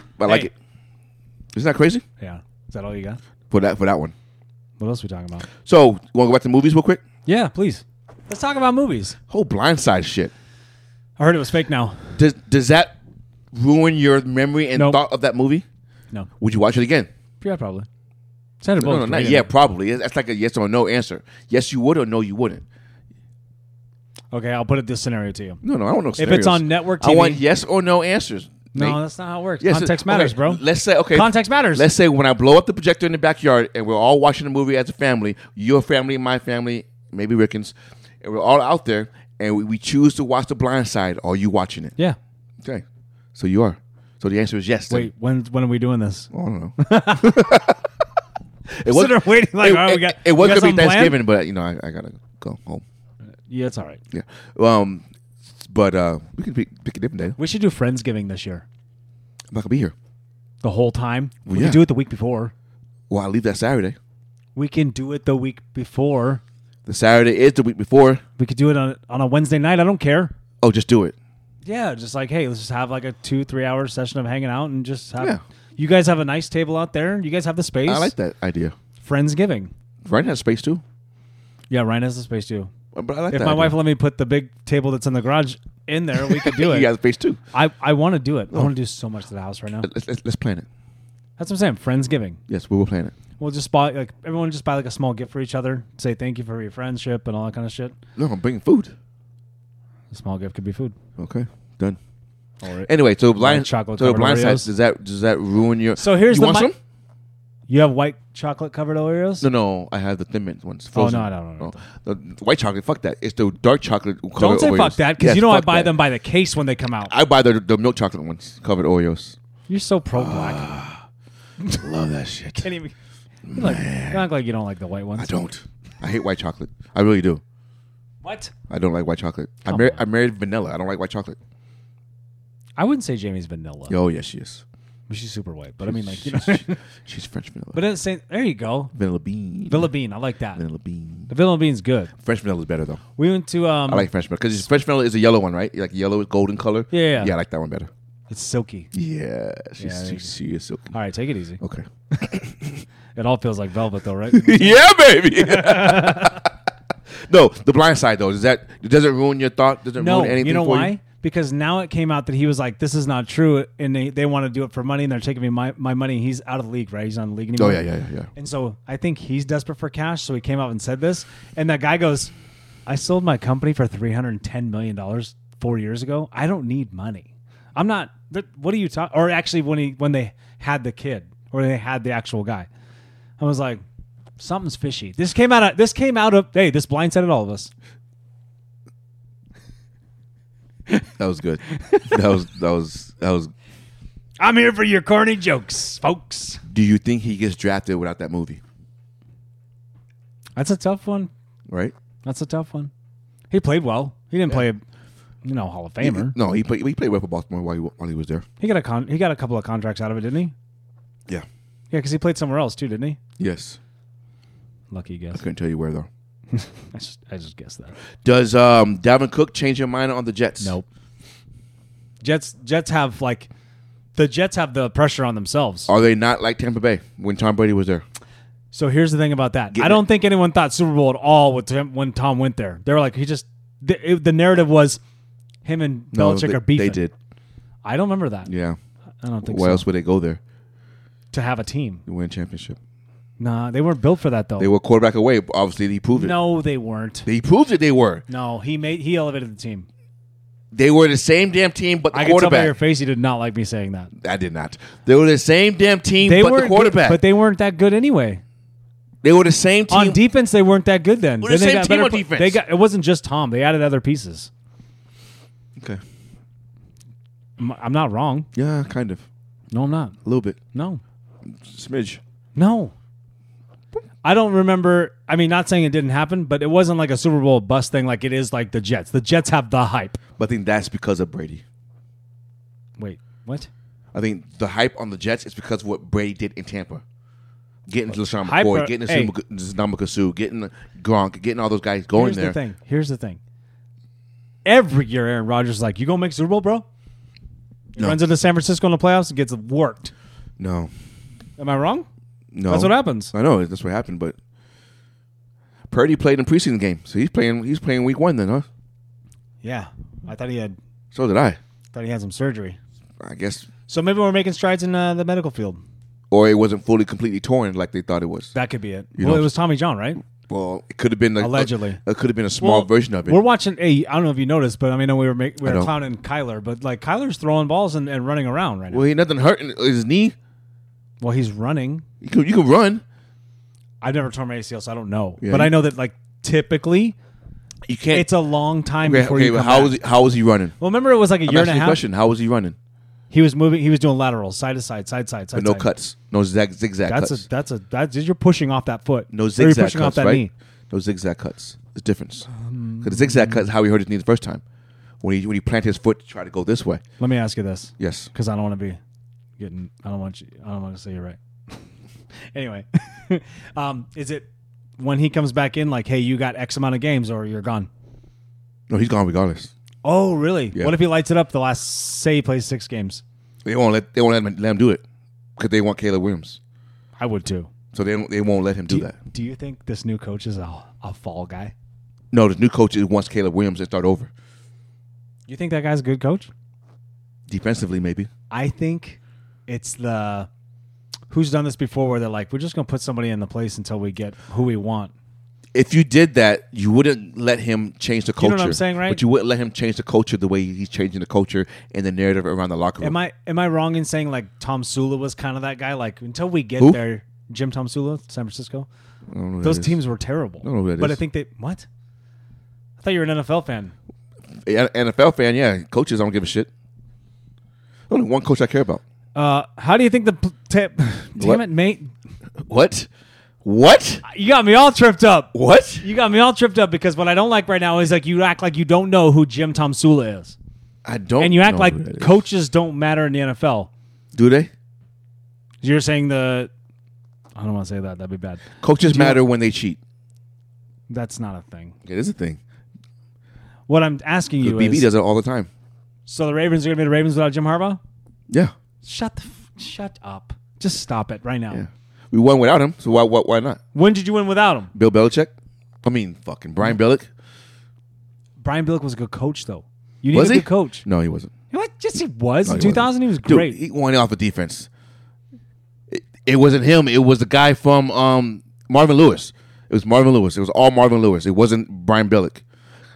I like Hey. it. Isn't that crazy? Yeah. Is that all you got? For that, for that one. What else are we talking about? So, you want to go back to movies real quick? Yeah, please. Let's talk about movies. Whole blindside shit. I heard it was fake now. Does does that ruin your memory and Nope. thought of that movie? No. Would you watch it again? Yeah, probably. Sandra No, no, Bullock. not yeah, probably. That's like a yes or no answer. Yes, you would or no, you wouldn't. Okay, I'll put it this scenario to you. No, no, I don't know. If it's on network TV. I want yes or no answers. No, Nate. that's not how it works. Yes, Context okay, matters, bro. Let's say okay. Context matters. Let's say when I blow up the projector in the backyard and we're all watching a movie as a family, your family, my family, maybe Rickens, and we're all out there and we, we choose to watch The Blind Side. Are you watching it? yeah. Okay, so you are. So the answer is yes. then. Wait, when when are we doing this? I don't *laughs* know. it was, Sitting there waiting like, it, all right, we it- got- it was gonna be we got something planned? Thanksgiving, but you know, I, I gotta go home. Yeah, it's all right. Yeah. Um, but uh, we can pick, pick a different day. I'm We should do Friendsgiving this year. not gonna be here. The whole time. we yeah. can do it the week before. Well, I leave that Saturday. We can do it the week before. The Saturday is the week before. We could do it on on a Wednesday night. I don't care. Oh, just do it. Yeah, just like hey, let's just have like a two three hour session of hanging out and just have. Yeah. You guys have a nice table out there. You guys have the space. I like that idea. Friendsgiving. Ryan has space too. Uh, Yeah, Ryan has the space too. But I like If that my idea. wife let me put the big table that's in the garage in there, we *laughs* could do it. you Oh. got space too. I, I want to do it. I want to do so much to the house right now. Let's, let's, let's plan it. That's what I'm saying. Friendsgiving. Yes, we will plan it. We'll just buy like everyone just buy like a small gift for each other. Say thank you for your friendship and all that kind of shit. No, I'm bringing food. A small gift could be food. Okay, done. Or Anyway, so blind chocolate So the covered blind side Oreos. does that does that ruin your? So here's you the want mi- some? you have white chocolate covered Oreos. No, no, I have the thin mint ones. Oh, Frozen. no, I don't know. No, the white chocolate, fuck that. It's the dark chocolate. Don't covered say Oreos. fuck that because Yes, you know I fuck buy that. Ah. them by the case when they come out. I buy the the milk chocolate ones, covered Oreos. You're so pro Ah. black. *laughs* Love that shit. Can't even. You like, you act like you don't like the white ones. I don't. I hate white chocolate. I really do. What? I don't like white chocolate. I, Come Oh. mar- on. I married vanilla. I don't like white chocolate. I wouldn't say Jamie's vanilla. Oh yes, yes. But she's super white. But I *laughs* mean, like, you know. she's, she's- she's French vanilla. But uh, it's saying, there you go. vanilla bean. Villa Bean. I like that. Vanilla bean. The Villa Bean's good. French vanilla is better though. We went to, um, I like French vanilla because French vanilla is a yellow one, right? Like yellow with golden color. Yeah, yeah. Yeah, I like that one better. it's silky. Yeah, she's Yeah, I she, think- she is silky. All right, take it easy. Okay. *laughs* It all feels like velvet, though, right? yeah, baby. *laughs* no, the blind side though is that does it ruin your thought? Does it no, ruin anything you know for why? you? Because now it came out that he was like, "This is not true," and they, they want to do it for money, and they're taking me my, my money. He's out of the league, right? He's not in the league Oh anymore. yeah, yeah, yeah, yeah. And so I think he's desperate for cash, so he came out and said this. And that guy goes, "I sold my company for three hundred ten million dollars four years ago. I don't need money. I'm not. th- What are you talking? Or actually, when he when they had the kid, or they had the actual guy, I was like, something's fishy. This came out. Of, this came out of hey, this blindsided all of us. That was *laughs* good. that was that was that was. I'm here for your corny jokes, folks. Do you think he gets drafted without that movie? That's a tough one. Right? That's a tough one. He played well. He didn't play, you know, Hall of Famer. No, he played. He played well for Baltimore while he, while he was there. He got a con- he got a couple of contracts out of it, didn't he? Yeah. Yeah, because he played somewhere else too, didn't he? Yes. Lucky I guess. couldn't tell you where though. I just, I just guessed that. Does um, Dalvin Cook change your mind on the Jets? Nope. Jets Jets have like the Jets have the pressure on themselves. Are they not like Tampa Bay when Tom Brady was there? So here's the thing about that. Get I don't think anyone thought Super Bowl at all with him when Tom went there. They were like he just the, it, the narrative was him and Belichick they, are beefing. They did. I don't remember that. Yeah. I don't think Why so. else would they go there to have a team. to win a championship? Nah, they weren't built for that though. They were quarterback away. but Obviously, he proved it. Oh. no, they weren't. He proved it. They were. No, he made he elevated the team. They were the same damn team, but the I can tell by your quarterback. face you did not like me saying that. I did not. They were the same damn team, They but were the quarterback. but they weren't that good anyway. they were the same team. On defense, they weren't that good then. We're the Then they same got team better on pla- defense. They got it wasn't just Tom. They added other pieces. okay. M- I'm not wrong. Yeah, kind of. No, I'm not. A little bit. No, Smidge. no. I don't remember. I mean, not saying it didn't happen, but it wasn't like a Super Bowl bust thing. Like it is like the Jets. The Jets have the hype. But I think that's because of Brady. Wait, what? I think the hype on the Jets is because of what Brady did in Tampa. Getting LaShawn Hype McCoy, or- getting hey. Namakusu, getting Gronk, getting all those guys going Here's there. the thing. Here's the thing. Every year, Aaron Rodgers is like, "You gonna make Super Bowl, bro?" He No. Runs into San Francisco in the playoffs and gets worked. No, Am I wrong? no. That's what happens. I know that's what happened, but Purdy played in preseason game, so he's playing. He's playing week one then, huh? Yeah, I thought he had So did I. thought he had some surgery. I guess, So maybe we're making strides in uh, the medical field. or it wasn't fully completely torn like they thought it was. That could be it. You well, know- it was Tommy John, right? Well, it could have been like, Allegedly. It could have been a small Well, version of it. We're watching. Hey, I don't know if you noticed, but I mean, I know we were make, we I were know. clowning Kyler, but like Kyler's throwing balls and, and running around right now. Well, he nothing hurting his knee. well, he's running. You can, you can run. I've never torn my ACL, so I don't know, Yeah, but you- I know that like typically You can't. it's a long time okay, before okay, you but come how back. was he, how was he running? well, remember it was like a I'm year asking and a you half. question. How was he running? He was moving. He was doing laterals, side to side, side to side, side no to side. cuts. No zag, zigzag That's cuts. a that's a that's you're pushing off that foot. no Or zigzag You're pushing cuts, off that right? knee. Um, No zigzag cuts. It's difference. Because the zigzag cut is how he hurt his knee the first time. When he when he planted his foot to try to go this way. Let me ask you this. Yes. because I don't want to be getting. I don't want you. I don't want to say you're right. *laughs* anyway, *laughs* um, is it when he comes back in like, hey, you got X amount of games or you're gone? No, he's gone regardless. Oh, really? Yeah. What if he lights it up the last say he plays six games? They won't let they won't let him, let him do it because they want Caleb Williams. I would too. So they don't- they won't let him do that. Do you think this new coach is a, a fall guy? No, the new coach is- wants Caleb Williams to start over You think that guy's a good coach? defensively, maybe. I think it's the who's done this before where they're like, we're just gonna put somebody in the place until we get who we want. If you did that, you wouldn't let him change the You culture. know what I'm saying, right? But you wouldn't let him change the culture the way he's changing the culture and the narrative around the locker room. Am I am I wrong in saying like Tom Sula was kind of that guy? Like until we get Who? there, Jim Tom Sula, San Francisco, I don't know who those that is. teams were terrible. don't know who that but is. I think they what? I thought you were an NFL fan. Yeah, NFL fan, yeah. Coaches, I don't give a shit. Only one coach I care about. Uh, how do you think the pl- tip? *laughs* Damn What? it, mate! What? What? You got me all tripped up. What? You got me all tripped up because what I don't like right now is like you act like you don't know who Jim Tom Sula is, I don't. and you act know who that like is. coaches don't matter in the NFL. Do they? You're saying the. I don't want to say that. That'd be bad. Coaches matter when they cheat. That's not a thing. It is a thing. What I'm asking The you BB is. does it all the time. so the Ravens are going to be the Ravens without Jim Harbaugh? Yeah, Shut the. F- shut up. Just stop it right now. yeah. We won without him, so why why, why not? When did you win without him? Bill Belichick. I mean, fucking Brian Billick. Brian Billick was a good coach, though. You need Was a he? good coach. No, he wasn't. You know what? Yes, he was. No, in he wasn't. 2000, he was Dude, great. He won off the defense. It, it wasn't him. It was the guy from um, Marvin Lewis. It was Marvin Lewis. It was all Marvin Lewis. It wasn't Brian Billick.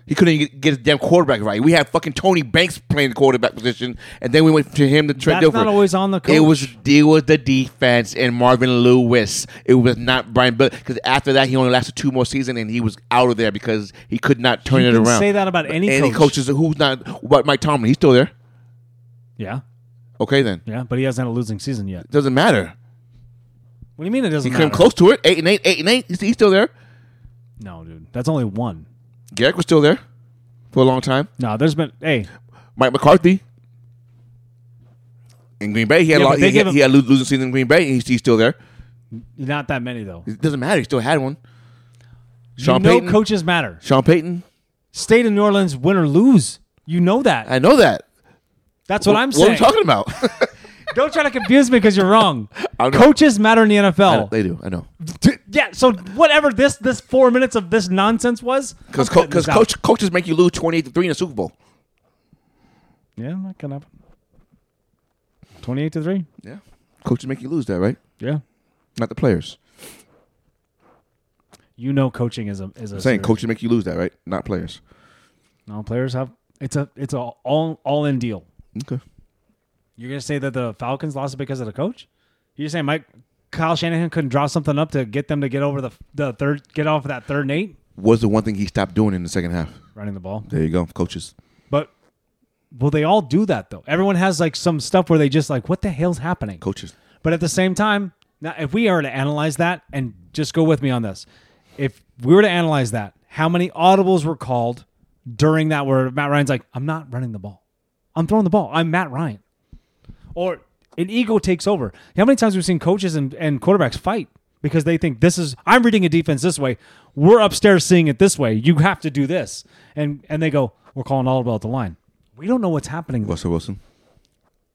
He couldn't even get- get his damn quarterback right. We had fucking Tony Banks playing the quarterback position, and then we went to him to Trent That's Dilfer. not always on the It was coach. it was the defense and Marvin Lewis. It was not Brian Billick because after that he only lasted two more seasons and he was out of there because he could not turn You it can around. say that about any coach. coaches who's not. But Mike Tomlin, he's still there. yeah. Okay, then Yeah. But he hasn't had a losing season yet. doesn't matter. What do you mean it doesn't He came matter? close to it. Eight and eight, eight and eight. He's, he's still there. No, dude. That's only one. Garrick was still there for a long time. No, there's been. Hey, Mike McCarthy in Green Bay, he had a Yeah, lot, but they he, gave had, him- he had a lo- losing season in Green Bay. And he's, he's still there. not that many, though. It doesn't matter. He still had one. You Sean know Payton. coaches matter. Sean Payton. State of New Orleans, win or lose. You know that. I know that. That's what I'm What are we saying. talking *laughs* about? Don't try to confuse me because you're wrong. *laughs* I know. Coaches matter in the NFL. they do. I know. D- Yeah, so whatever this this four minutes of this nonsense was, Because I'm cutting this out. coach, coaches make you lose twenty eight to three in the Super Bowl. yeah, that can happen. Twenty-eight to three. Yeah. Coaches make you lose that, right? Yeah, Not the players. you know, coaching is a is a I'm saying serious- coaches make you lose that, right? Not players. No, players have it's a it's a all all in deal. Okay. You're gonna say that the Falcons lost it because of the coach? You're saying Mike Kyle Shanahan couldn't draw something up to get them to get over the the third get off of that third and eight Was the one thing he stopped doing in the second half? running the ball. There you go, coaches. But will they all do that though? Everyone has like some stuff where they just like, what the hell's happening? Coaches. But at the same time, now if we are to analyze that, and just go with me on this, if we were to analyze that, how many audibles were called during that where Matt Ryan's like, I'm not running the ball. I'm throwing the ball. I'm Matt Ryan. Or an ego takes over. How many times we've seen coaches and, and quarterbacks fight because they think this is I'm reading a defense this way. We're upstairs seeing it this way. You have to do this. And and they go, We're calling audible at the line. We don't know what's happening. Russell Wilson.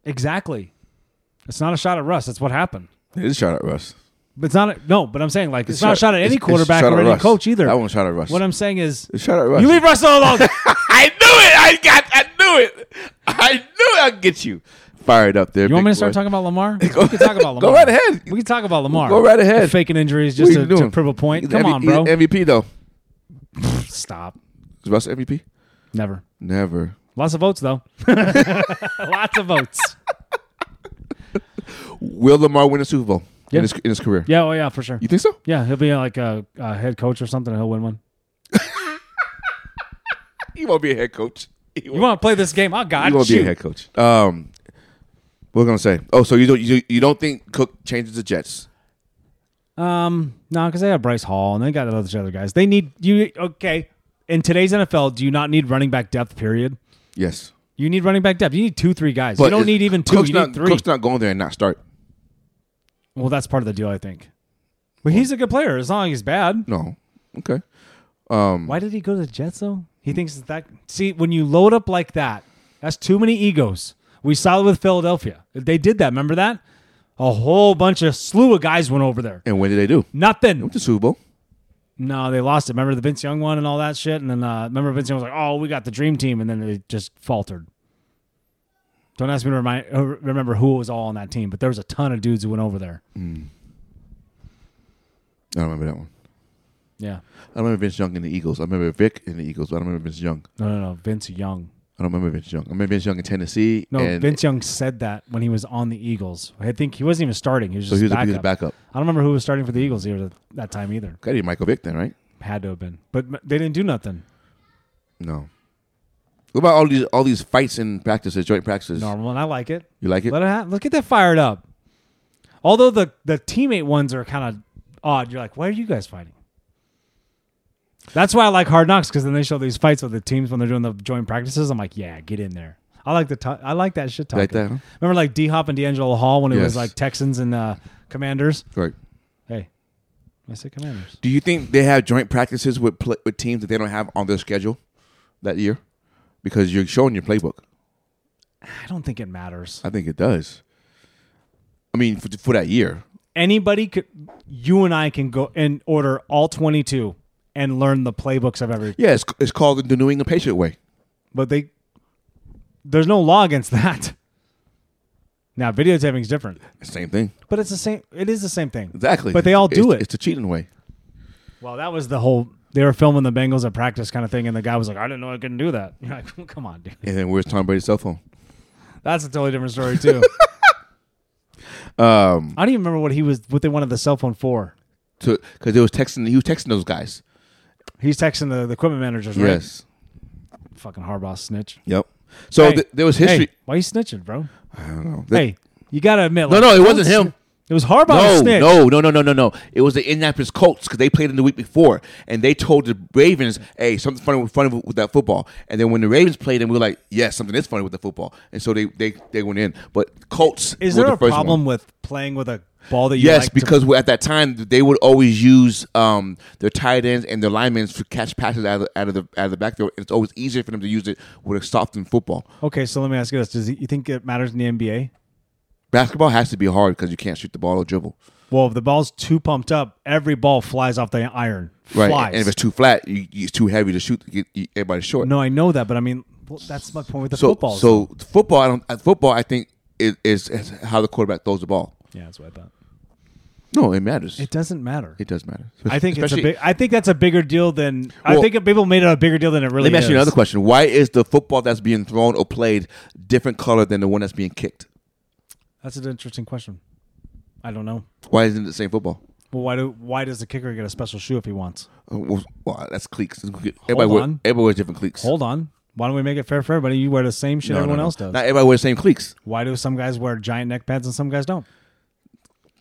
Exactly. It's not a shot at Russ. That's what happened. It is shot at Russ. But it's not a, no. But I'm saying like it's, It's not a shot- shot at it's- any it's quarterback shot or at any Russ. coach either. That one's shot at Russ. What I'm saying is It's shot at Russ. you leave Russell alone. *laughs* I knew it. I got. I knew it. I knew I'd get you fired up there. you want me to start talking about Lamar? We can talk about *laughs* Lamar. Go right ahead. We can talk about Lamar. Go right ahead. Faking injuries just to, to prove a point. Come on, bro. MVP though. Stop. Is Russ MVP? Never. Never. Lots of votes *laughs* though. *laughs* Lots of votes. Will Lamar win a Super Bowl Yeah. in, his, in his career? Yeah. Oh yeah. For sure. You think so? Yeah. He'll be like a, a head coach or something. and He'll win one. He won't be a head coach. He You want to play this game? I got He won't be a you. head coach. Um, what we're gonna say. Oh, so you don't you, you don't think Cook changes the Jets? Um, no, because they have Bryce Hall and they got those other guys. They need you. Okay, in today's NFL, do you not need running back depth? Period. Yes. You need running back depth. You need two, three guys. you don't is- need even two. Cook's you not, need three. Cook's not going there and not start. well, that's part of the deal, I think. But he's a good player. As long as he's bad. No. Okay. Um, Why did he go to the Jets though? He thinks that, that. See, when you load up like that, that's too many egos. We saw it with Philadelphia. They did that. Remember that? A whole bunch of slew of guys went over there. And when did they do? Nothing. The Super Bowl. No, they lost it. Remember the Vince Young one and all that shit? And then uh, remember Vince Young was like, oh, we got the dream team. And then it just faltered. Don't ask me to remind, uh, remember who was all on that team, but there was a ton of dudes who went over there. I don't remember that one. Yeah. I remember Vince Young and the Eagles. I remember Vic and the Eagles. But I don't remember Vince Young. No, no, no. Vince Young. I don't remember Vince Young. I remember Vince Young in Tennessee. No, and Vince Young said that when he was on the Eagles. I think he wasn't even starting. He was So just he was, a, backup. he was backup. I don't remember who was starting for the Eagles either that time either. Got to be Michael Vick then, right? Had to have been. But m- they didn't do nothing. No. What about all these all these fights in practices, joint practices? Normal, and I like it. You like it? Let it ha- look at that fired up. Although the the teammate ones are kind of odd. You're like, why are you guys fighting? That's why I like Hard Knocks because then they show these fights with the teams when they're doing the joint practices. I'm like, yeah, get in there. I like the to- I like that shit talking. like that, huh? Remember like D Hop and D'Angelo Hall when it Yes. was like Texans and uh, Commanders. Right. Hey, I said Commanders. Do you think they have joint practices with pla with teams that they don't have on their schedule that year? Because you're showing your playbook. I don't think it matters. I think it does. I mean, for, for that year, Anybody could, you and I can go and order all twenty two and learn the playbooks of every. yeah, it's, it's called the New England Patriot way. But they, there's no law against *laughs* that. Now videotaping's different, Same thing, but it's the same. It is the same thing. exactly. But they all do It's- it. It's the cheating way. Well, that was the whole. They were filming the Bengals at practice kind of thing, and the guy was like, "I didn't know I couldn't do that." *laughs* You're like, well, "Come on, dude." And then where's Tom Brady's cell phone? That's a totally different story *laughs* too. Um, I don't even remember what he was. What they wanted the cell phone for. because it was texting. He was texting those guys. He's texting the, the equipment managers, right? Yes. Fucking Harbaugh snitch. Yep. So Hey, th- there was history. Hey, why you snitching, bro? I don't know. hey, you gotta admit. No, like, no, it don't wasn't him. sn- It was Harbaugh. No, who snitched. no, no, no, no, no, no. It was the Indianapolis Colts because they played in the week before, and they told the Ravens, "Hey, something funny, funny with that football." And then when the Ravens played, them, we were like, "Yes, something is funny with the football." And so they they, they went in. But Colts Is were there the a first problem One. with playing with a ball that you? Yes, like to- because we- at that time they would always use um, their tight ends and their linemen to catch passes out of, the- out of the out of the backfield. It's always easier for them to use it with a softened football. okay, so let me ask you this: Does it, you think it matters in the NBA? Basketball has to be hard because you can't shoot the ball or dribble. Well, if the ball's too pumped up, every ball flies off the iron. Right, Flies. and if it's too flat, you, it's too heavy to shoot. You, you, everybody's short. no, I know that, but I mean, well, that's my point with the So football. so football, I don't. uh, Football, I think is, is is how the quarterback throws the ball. yeah, that's what I thought. No, it matters. It It, doesn't matter. does matter. I think it's a Especially- big. I think that's a bigger deal than I Well- think people made it a bigger deal than it really. Let me ask you is. another question. Why is the football that's being thrown or played different color than the one that's being kicked? That's an interesting question. I don't know. Why isn't it the same football? Well, why do why does the kicker get a special shoe if he wants? Uh, Well, well, that's cliques. Everybody, wear, on. everybody wears different cliques. Hold on. Why don't we make it fair for everybody? You wear the same shit No, no, everyone no. else does. Not everybody wears the same cliques. why do some guys wear giant neck pads and some guys don't?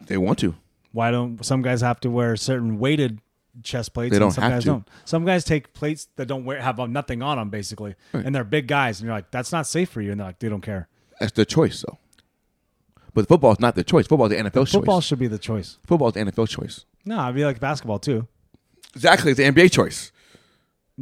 They want to. Why don't some guys have to wear certain weighted chest plates They and don't some have guys to. don't? Some guys take plates that don't wear have uh, nothing on them basically, and they're big guys, and you're like, that's not safe for you, and they're like, they don't care. That's their choice, though. But football is not their choice. Football is the NFL Football choice. should be the choice. Football is the NFL choice. No, I'd be like basketball too. Exactly, it's the NBA choice.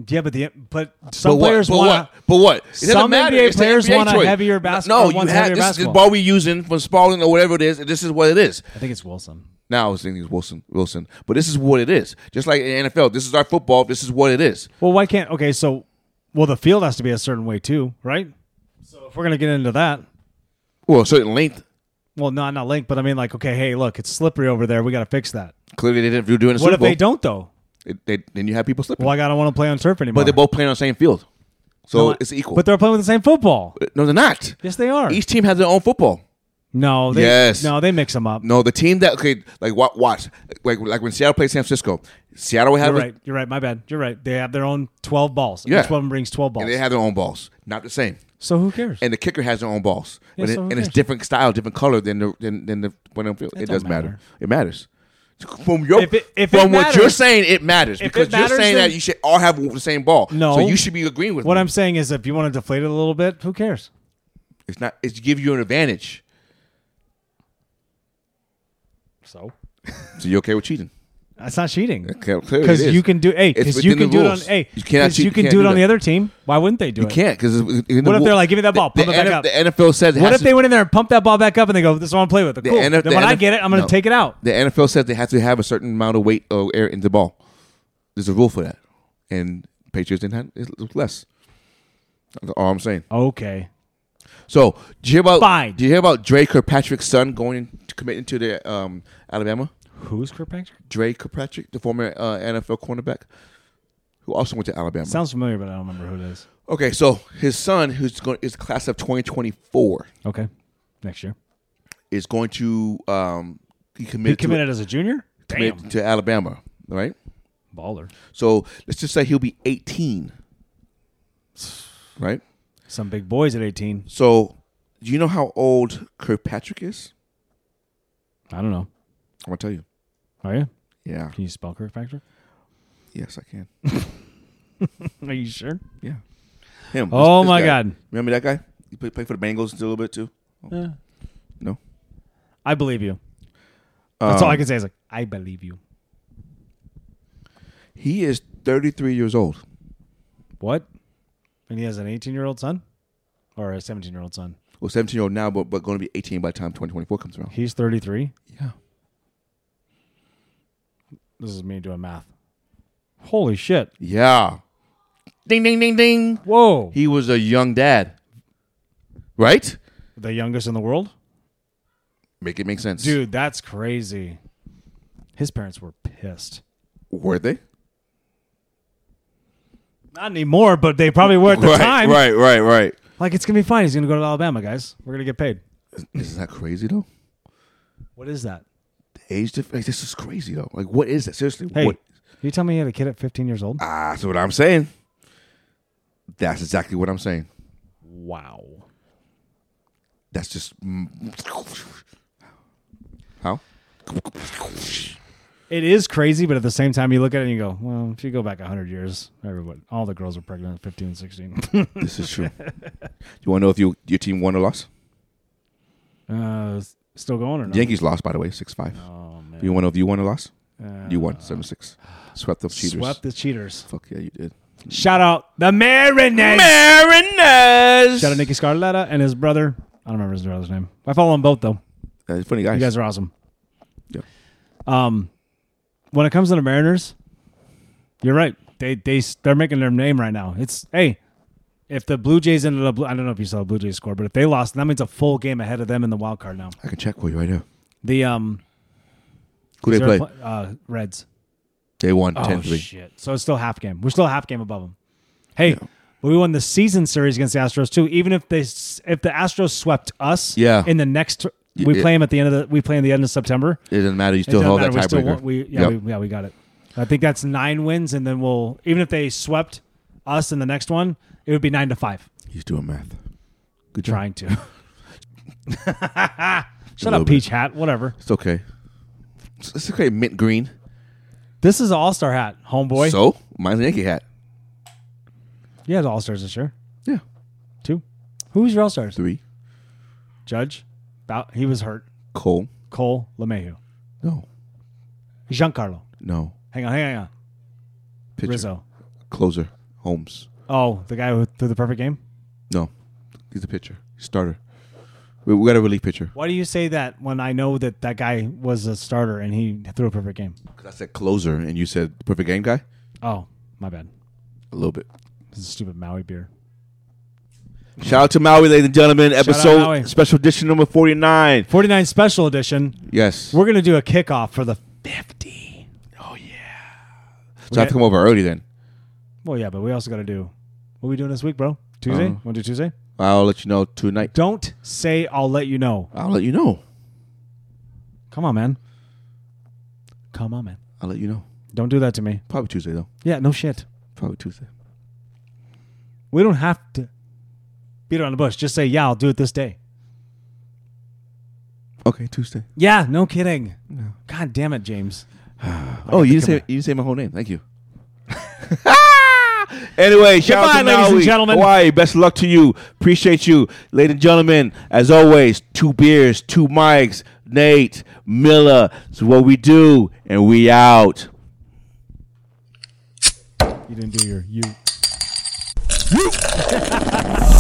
Yeah, but the but some but players what? But want. what? But what? It doesn't Some matter. NBA It's the players NBA want a choice. heavier basket- No, or you wants had heavier this is the basketball. ball we using from Spalding or whatever it is. This is what it is. I think it's Wilson. Now I was thinking it's Wilson, Wilson, but this is what it is. Just like in NFL, this is our football. This is what it is. Well, why can't okay? So, well, the field has to be a certain way too, right? So if we're gonna get into that, Well, a certain length. well, not not link, but I mean, like, okay, hey, look, it's slippery over there. We gotta fix that. Clearly, they didn't do doing the what Super if they don't though? don't? then you have people slipping. Well, like, I don't want to play on turf anymore. but they're both playing on the same field, so No, it's equal. Uh, But they're playing with the same football. no, they're not. Yes, they are. Each team has their own football. No, they, Yes. no, they mix them up. No, the team that okay, like wa- watch, like like when Seattle played San Francisco, Seattle would have You're a- right. You're right. My bad. You're right. They have their own twelve balls. Yeah. Each one brings twelve balls. and they have their own balls. Not the same. so who cares? and the kicker has their own balls, Yeah, But it- so who and it's cares? different style, different color than the than, than the when I'm field. It, don't does matter. matter. It matters. From your If it- if it from what you're matters- saying, it matters if it because matters, you're saying then- that you should all have the same ball. No. so you should be agreeing with what me. I'm saying is, if you want to deflate it a little bit, who cares? It's not. It's give you an advantage. So So you're okay with cheating? that's not cheating. Okay, clearly Because it is. you can do hey, It's because you within can the do it on rules. hey, You cannot 'cause cheat- you you can can't do it do on that. the other team. Why wouldn't they do You it? can't because What if they're like, give me that ball, The, pump it back NF up? the NFL says it What has if they went in there and pumped that ball back up and they go, "This is what I want to play with." to, Cool. the NF then when the I NF get it, I'm going to no. take it out. The NFL says they have to have a certain amount of weight of air in the ball. There's a rule for that, and Patriots didn't have it was less. That's all I'm saying. Okay. So, did you hear about? Fine. Did you hear about Dre Kirkpatrick's son going in, to commit into the um, Alabama? Who's Kirkpatrick? Dre Kirkpatrick, the former uh, NFL cornerback, who also went to Alabama. Sounds familiar, but I don't remember who it is. okay, so his son, who's going, is class of 2024, Okay. Next year. is going to um, he committed, He committed as a junior? to, commit to Alabama, right? Baller. So let's just say he'll be 18, right? Some big boys at 18. So, do you know how old Kirkpatrick is? I don't know. I'm gonna tell you. Are you? Yeah. Can you spell Kirkpatrick? Yes, I can. Are you sure? Yeah. Him. Oh this my guy. God. Remember that guy? You play, play for the Bengals a little bit too? Yeah. No. I believe you. That's Um, all I can say is like I believe you. He is 33 years old. What? And he has an 18 year old son, or a 17 year old son. Well, 17 year old now, but but going to be 18 by the time 2024 comes around. He's 33. Yeah. This is me doing math. Holy shit! Yeah. Ding ding ding ding. Whoa. He was a young dad. Right? the youngest in the world, Make it make sense. dude. That's crazy. His parents were pissed. Were they? Not anymore, but they probably were at the right, time. right, right, right. Like it's gonna be fine. He's gonna go to Alabama, guys. We're gonna get paid. Isn't that crazy though? What is that? The age difference. Like, this is crazy though. Like, what is that? Seriously, Hey, what? you tell me he had a kid at 15 years old? Ah, that's what I'm saying. That's exactly what I'm saying. Wow. That's just mm, how. It is crazy, but at the same time, you look at it and you go, well, if you go back 100 years, everybody, all the girls were pregnant at 15 and 16. This is true. you want to know if you, your team won or lost? uh, s- still going or no? The Yankees lost, by the way, six five. Oh, man. You want to know if you won or lost? Uh, You won seven six. Swept the cheaters. Swept the cheaters. Fuck yeah, you did. Shout out the Mariners. Mariners. Shout out Nicky Scarletta and his brother. I don't remember his brother's name. I follow them both, though. Uh, funny guys. You guys are awesome. Yep. Um, when it comes to the Mariners, you're right. They they they're making their name right now. It's hey, if the Blue Jays ended up, I don't know if you saw the Blue Jays score, but if they lost, that means a full game ahead of them in the wild card now. I can check for you right now. The um, Who they they're play? pl- uh, Reds. They won Oh 10 3. shit! So it's still half game. We're still half game above them. Hey, but we won the season series against the Astros too. Even if they s- if the Astros swept us, Yeah. in the next we yeah. play them at the end of the we play in the end of September. It doesn't matter. You It still doesn't hold that matter. we still tiebreaker. won- we, yeah, Yep. we, yeah, we got it. I think that's nine wins, and then we'll even if they swept us in the next one, it would be nine to five. He's doing math. Good try. Trying *laughs* to *laughs* shut little up, bit. peach hat, whatever. It's okay. It's, it's okay. Mint green. This is an all star hat, homeboy. So mine's a Yankee hat. you had all stars this year, Yeah. too. Who's your all stars? Three. Judge, Bow- he was hurt. Cole. Cole LeMahieu, No. Giancarlo. No. Hang on, hang on, hang on. Pitcher. Rizzo. Closer. Holmes. Oh, the guy who threw the perfect game. No. He's a pitcher. Starter. We, we got a relief pitcher. Why do you say that when I know that that guy was a starter and he threw a perfect game? 'Cause I said closer and you said perfect game guy? Oh, my bad. A little bit. This is stupid Maui beer. Shout out to Maui, ladies and gentlemen. out Maui. Episode special edition number 49. 49 special edition. Yes. Oh, We're going to do a kickoff for the 50. so I have to come over early then. Well, yeah, but we also got to do what are we doing this week, bro? Tuesday? Uh-huh. Want to do Tuesday? I'll let you know tonight. Don't say I'll let you know. I'll let you know. Come on, man. Come on, man. I'll let you know. Don't do that to me. Probably Tuesday though. Yeah, no shit. Probably Tuesday. We don't have to beat around the bush. Just say, yeah, I'll do it this day. Okay, Tuesday. Yeah, no kidding. God damn it, James. oh, you didn't say you didn't say my whole name. Thank you. *laughs* anyway, shout out to Goodbye, ladies and Maui, gentlemen. Hawaii. Best of luck to you. Appreciate you, ladies and gentlemen. As always, two beers, two mics. Nate Miller. It's what we do, and we out. You didn't do your you.